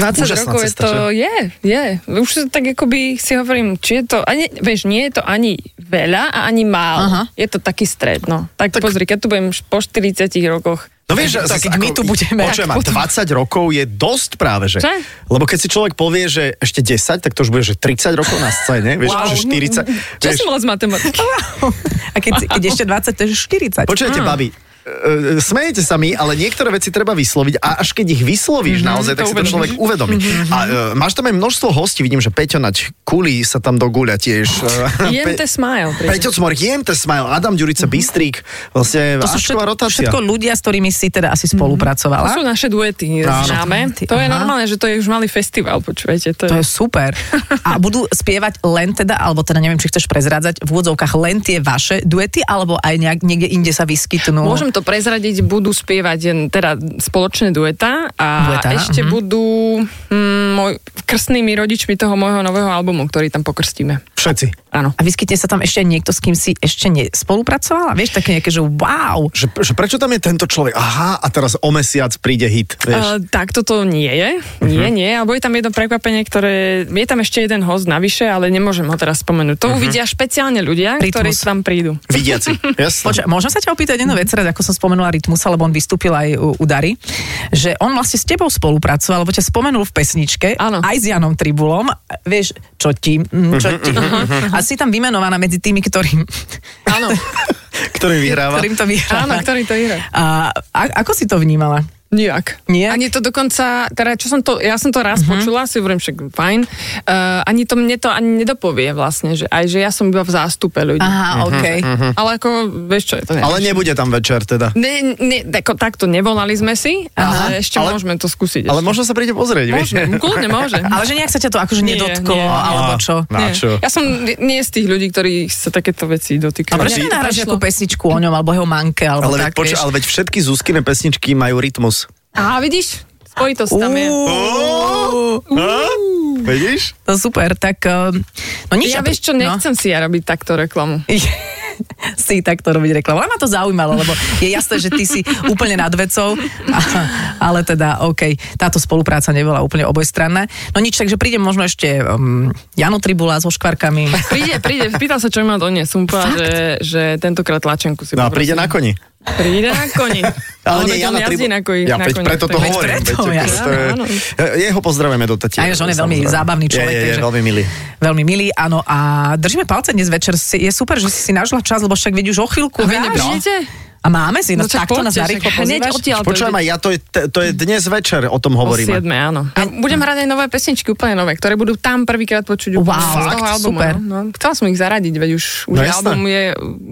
[SPEAKER 5] 20
[SPEAKER 2] Úžasná
[SPEAKER 5] rokov
[SPEAKER 2] cesta,
[SPEAKER 5] je to,
[SPEAKER 2] že?
[SPEAKER 5] je, je. Už tak akoby si hovorím, či je to, ani, vieš, nie je to ani veľa a ani málo.
[SPEAKER 3] Aha.
[SPEAKER 5] Je to taký stred, no. Tak,
[SPEAKER 2] Tak-
[SPEAKER 5] tak pozri, keď tu budem š- po 40 rokoch.
[SPEAKER 2] No vieš,
[SPEAKER 3] Tak
[SPEAKER 2] zas
[SPEAKER 3] keď my tu budeme,
[SPEAKER 2] Počujem,
[SPEAKER 3] tak
[SPEAKER 2] a 20 rokov je dosť práve, že?
[SPEAKER 5] Čo?
[SPEAKER 2] Lebo keď si človek povie, že ešte 10, tak to už bude, že 30 rokov na scéne, vieš, že 40.
[SPEAKER 5] Čo
[SPEAKER 2] vieš,
[SPEAKER 5] som mala z matematiky?
[SPEAKER 3] A keď, si- keď ešte 20, to je 40.
[SPEAKER 2] Počujete, babi, e, smejete sa mi, ale niektoré veci treba vysloviť a až keď ich
[SPEAKER 3] Mhm,
[SPEAKER 2] vyslovíš naozaj, tak
[SPEAKER 5] to
[SPEAKER 2] si to
[SPEAKER 5] uvedomíš.
[SPEAKER 2] človek uvedomí. A e, máš tam aj množstvo hostí, vidím, že Peťo Nať Kuli sa tam dogúľa tiež. E,
[SPEAKER 5] Jem te smile. pri-
[SPEAKER 2] Peťo Cmor, Jemte Smile, Adam Ďurica, Bystrík, vlastne
[SPEAKER 3] Mhm. to sú
[SPEAKER 2] Ašková
[SPEAKER 3] všetko,
[SPEAKER 2] rotácia.
[SPEAKER 3] všetko ľudia, s ktorými si teda asi spolupracovala.
[SPEAKER 5] Mhm. To sú naše duety
[SPEAKER 2] Áno.
[SPEAKER 5] známe.
[SPEAKER 3] Duety,
[SPEAKER 5] To je
[SPEAKER 3] aha.
[SPEAKER 5] normálne, že to je už malý festival, počujete. To je,
[SPEAKER 3] To je super. A budú spievať len teda, alebo teda neviem, či chceš prezrádzať, v úvodzovkách len tie vaše duety, alebo aj nejak, niekde inde sa vyskytnú.
[SPEAKER 5] Môžem to prezradiť, budú spievať jen teda spoločné dueta a
[SPEAKER 3] Dueta,
[SPEAKER 5] dueta, ešte hm,
[SPEAKER 3] mhm.
[SPEAKER 5] budú mm, môj, krstnými rodičmi toho môjho nového albumu, ktorý tam pokrstíme.
[SPEAKER 2] Všetci.
[SPEAKER 5] Áno.
[SPEAKER 3] A vyskytne sa tam ešte niekto, s kým si ešte nespolupracovala? Vieš, také nejaké, že wow.
[SPEAKER 2] Že, že prečo tam je tento človek? Aha, a teraz o mesiac príde hit, vieš. Uh,
[SPEAKER 5] Uh, tak toto nie je. Nie, nie. Alebo je tam jedno prekvapenie, ktoré... Je tam ešte jeden host navyše, ale nemôžem ho teraz spomenúť. To uvidia špeciálne ľudia,
[SPEAKER 3] Rytmus.
[SPEAKER 5] ktorí tam prídu.
[SPEAKER 2] Vidiaci, jasné.
[SPEAKER 3] Počkaj, môžem sa ťa opýtať jednu vec, teraz, ako som spomenula Rytmusa, lebo on vystúpil aj u, u Dary, že on vlastne s tebou spolupracoval, lebo ťa spomenul v pesničke,
[SPEAKER 5] Áno.
[SPEAKER 3] aj s Janom Tribulom, vieš, čo ti, mm, čo ti.
[SPEAKER 5] Mhm,
[SPEAKER 3] A si tam vymenovaná medzi tými, ktorým,
[SPEAKER 5] Áno,
[SPEAKER 2] Ktorý vyhráva.
[SPEAKER 3] ktorým to vyhrá.
[SPEAKER 5] áno, ktorý to ide.
[SPEAKER 3] A, a ako si to vnímala?
[SPEAKER 5] Nijak.
[SPEAKER 3] Nijak?
[SPEAKER 5] Ani to dokonca, teda čo som to, ja som to raz počula, si hovorím, že fajn, uh, ani to mne to ani nedopovie vlastne, že aj že ja som iba v zástupe ľudí.
[SPEAKER 3] Aha, OK.
[SPEAKER 2] Mhm.
[SPEAKER 5] Ale ako, vieš čo, je to ne.
[SPEAKER 2] Ale nebude tam večer teda.
[SPEAKER 5] Ne, ne, ako, takto nevolali sme si,
[SPEAKER 3] Aha.
[SPEAKER 5] ale ešte
[SPEAKER 2] Ale-
[SPEAKER 5] ale, môžeme to skúsiť.
[SPEAKER 2] Ale
[SPEAKER 5] ešte.
[SPEAKER 2] možno sa príde pozrieť, vieš.
[SPEAKER 5] Môžem, kľudne môžem.
[SPEAKER 3] Ale že nejak sa ťa to akože
[SPEAKER 5] Nie,
[SPEAKER 3] nedotklo,
[SPEAKER 5] nie, nie.
[SPEAKER 3] alebo
[SPEAKER 2] Á,
[SPEAKER 3] čo?
[SPEAKER 2] na
[SPEAKER 5] Nie.
[SPEAKER 2] čo?
[SPEAKER 5] Ja som nie- nie z tých ľudí, ktorí sa takéto veci dotýkajú.
[SPEAKER 3] A prečo nahráš nejakú pesničku o ňom, alebo jeho manke, alebo
[SPEAKER 2] Ale, veď,
[SPEAKER 3] tak,
[SPEAKER 2] poč-
[SPEAKER 3] vieš?
[SPEAKER 2] ale veď všetky Zuzkine pesničky majú rytmus.
[SPEAKER 5] Á, vidíš? Spojitosť tam je.
[SPEAKER 2] Ó, á, Vidíš?
[SPEAKER 3] To super, tak... ehm, No nič,
[SPEAKER 5] Ja
[SPEAKER 3] a-
[SPEAKER 5] vieš čo, nechcem si ja robiť takto reklamu.
[SPEAKER 3] si takto robiť reklamu. Ale ma to zaujímalo, lebo je jasné, že ty si úplne nad vecou, a, ale teda OK, táto spolupráca nebola úplne obojstranná. No nič, takže prídem možno ešte um, Jano Tribula so škvarkami.
[SPEAKER 5] Príde, príde, pýtal sa, čo mi má doniesť. Som povedala, že, že tentokrát tlačenku si
[SPEAKER 2] No a
[SPEAKER 5] poprosím.
[SPEAKER 2] príde na koni.
[SPEAKER 5] Príde na koni.
[SPEAKER 2] Ale nie,
[SPEAKER 5] veď on
[SPEAKER 2] Jana
[SPEAKER 5] jazdí
[SPEAKER 2] Tribu-
[SPEAKER 5] na koni.
[SPEAKER 2] Ja
[SPEAKER 5] na
[SPEAKER 2] veď
[SPEAKER 5] koni.
[SPEAKER 2] preto to
[SPEAKER 5] Veď
[SPEAKER 2] hovorím.
[SPEAKER 3] preto,
[SPEAKER 2] veď
[SPEAKER 3] jasné.
[SPEAKER 2] prosto je-
[SPEAKER 5] Áno,
[SPEAKER 2] Jeho pozdravujeme do tatiera.
[SPEAKER 3] A vieš, on je veľmi
[SPEAKER 2] samozrejme.
[SPEAKER 3] zábavný človek,
[SPEAKER 2] Je, je, je
[SPEAKER 3] takže-
[SPEAKER 2] veľmi milý.
[SPEAKER 3] Veľmi milý, áno. A držíme palce dnes večer. Si- Je super, že si si našla čas, lebo však vidíš už o chvíľku.
[SPEAKER 5] A vy
[SPEAKER 3] hráš.
[SPEAKER 5] nebudete?
[SPEAKER 3] A máme si, no,
[SPEAKER 5] však
[SPEAKER 3] takto nás
[SPEAKER 5] poďte,
[SPEAKER 3] narýchlo
[SPEAKER 5] však Hneď
[SPEAKER 3] pozývaš.
[SPEAKER 5] odtiaľ.
[SPEAKER 2] Počujem aj ja, to je, to je dnes večer, o tom
[SPEAKER 5] O
[SPEAKER 2] hovoríme.
[SPEAKER 5] 7, áno. A budem hrať aj nové pesničky, úplne nové, ktoré budú tam prvýkrát počuť
[SPEAKER 3] Wow,
[SPEAKER 5] úplne z toho
[SPEAKER 3] fakt,
[SPEAKER 5] albumu.
[SPEAKER 3] super.
[SPEAKER 5] No. Chcela som ich zaradiť, veď už, už
[SPEAKER 2] No jasné.
[SPEAKER 5] album je...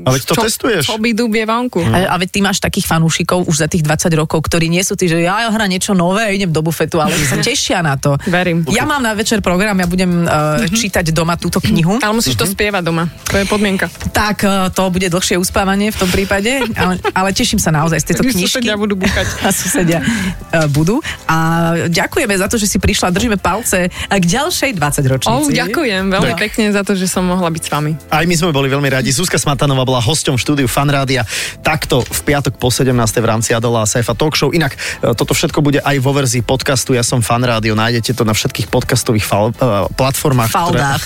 [SPEAKER 2] A veď to
[SPEAKER 5] čo-
[SPEAKER 2] testuješ. Mhm.
[SPEAKER 5] čo Obidu je vonku.
[SPEAKER 3] A, a veď ty máš takých fanúšikov už za tých 20 rokov, ktorí nie sú tí, že ja hra niečo nové, idem do bufetu, ale oni sa tešia na to.
[SPEAKER 5] Verím. Mhm.
[SPEAKER 3] Ja mám na večer program, ja budem uh, čítať doma túto knihu.
[SPEAKER 5] Ale musíš to
[SPEAKER 2] Mhm.
[SPEAKER 5] spievať doma. To je podmienka.
[SPEAKER 3] Tak uh, to bude dlhšie uspávanie v tom prípade, ale, ale teším sa naozaj z tejto
[SPEAKER 5] Už
[SPEAKER 3] knižky.
[SPEAKER 5] susedia budú búchať.
[SPEAKER 3] A susedia uh, budú. A ďakujeme za to, že si prišla, držíme palce k ďalšej 20
[SPEAKER 5] Oh,
[SPEAKER 3] ročnici.
[SPEAKER 5] ďakujem veľmi
[SPEAKER 3] Tak.
[SPEAKER 5] pekne za to, že som mohla byť s vami.
[SPEAKER 2] Aj my sme boli veľmi radi. Zuzka Smatanová bola hosťom v štúdiu Fanrádia takto v piatok po 17. v rámci Adola a Saifa Talk Show. Inak e, toto všetko bude aj vo verzii podcastu Ja som Fanrádio. Nájdete to na všetkých podcastových fal, e, platformách.
[SPEAKER 3] Faldách.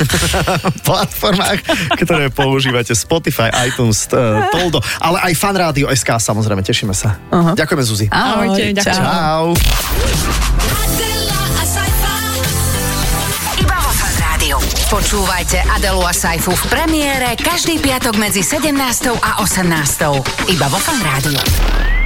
[SPEAKER 2] platformách, ktoré používate Spotify, iTunes, e, Toldo, ale aj Fanrádio SK samozrejme. Tešíme sa.
[SPEAKER 3] Aha.
[SPEAKER 2] Ďakujeme Zuzi.
[SPEAKER 3] Ahojte,
[SPEAKER 5] Ahojte,
[SPEAKER 3] čau.
[SPEAKER 5] ďakujem.
[SPEAKER 2] Čau.
[SPEAKER 4] Adela a Saifa.
[SPEAKER 1] Iba vo Fan Rádiu. Počúvajte Adelu a Saifu v premiére každý piatok medzi 17. a 18. Iba vo Fan Rádiu.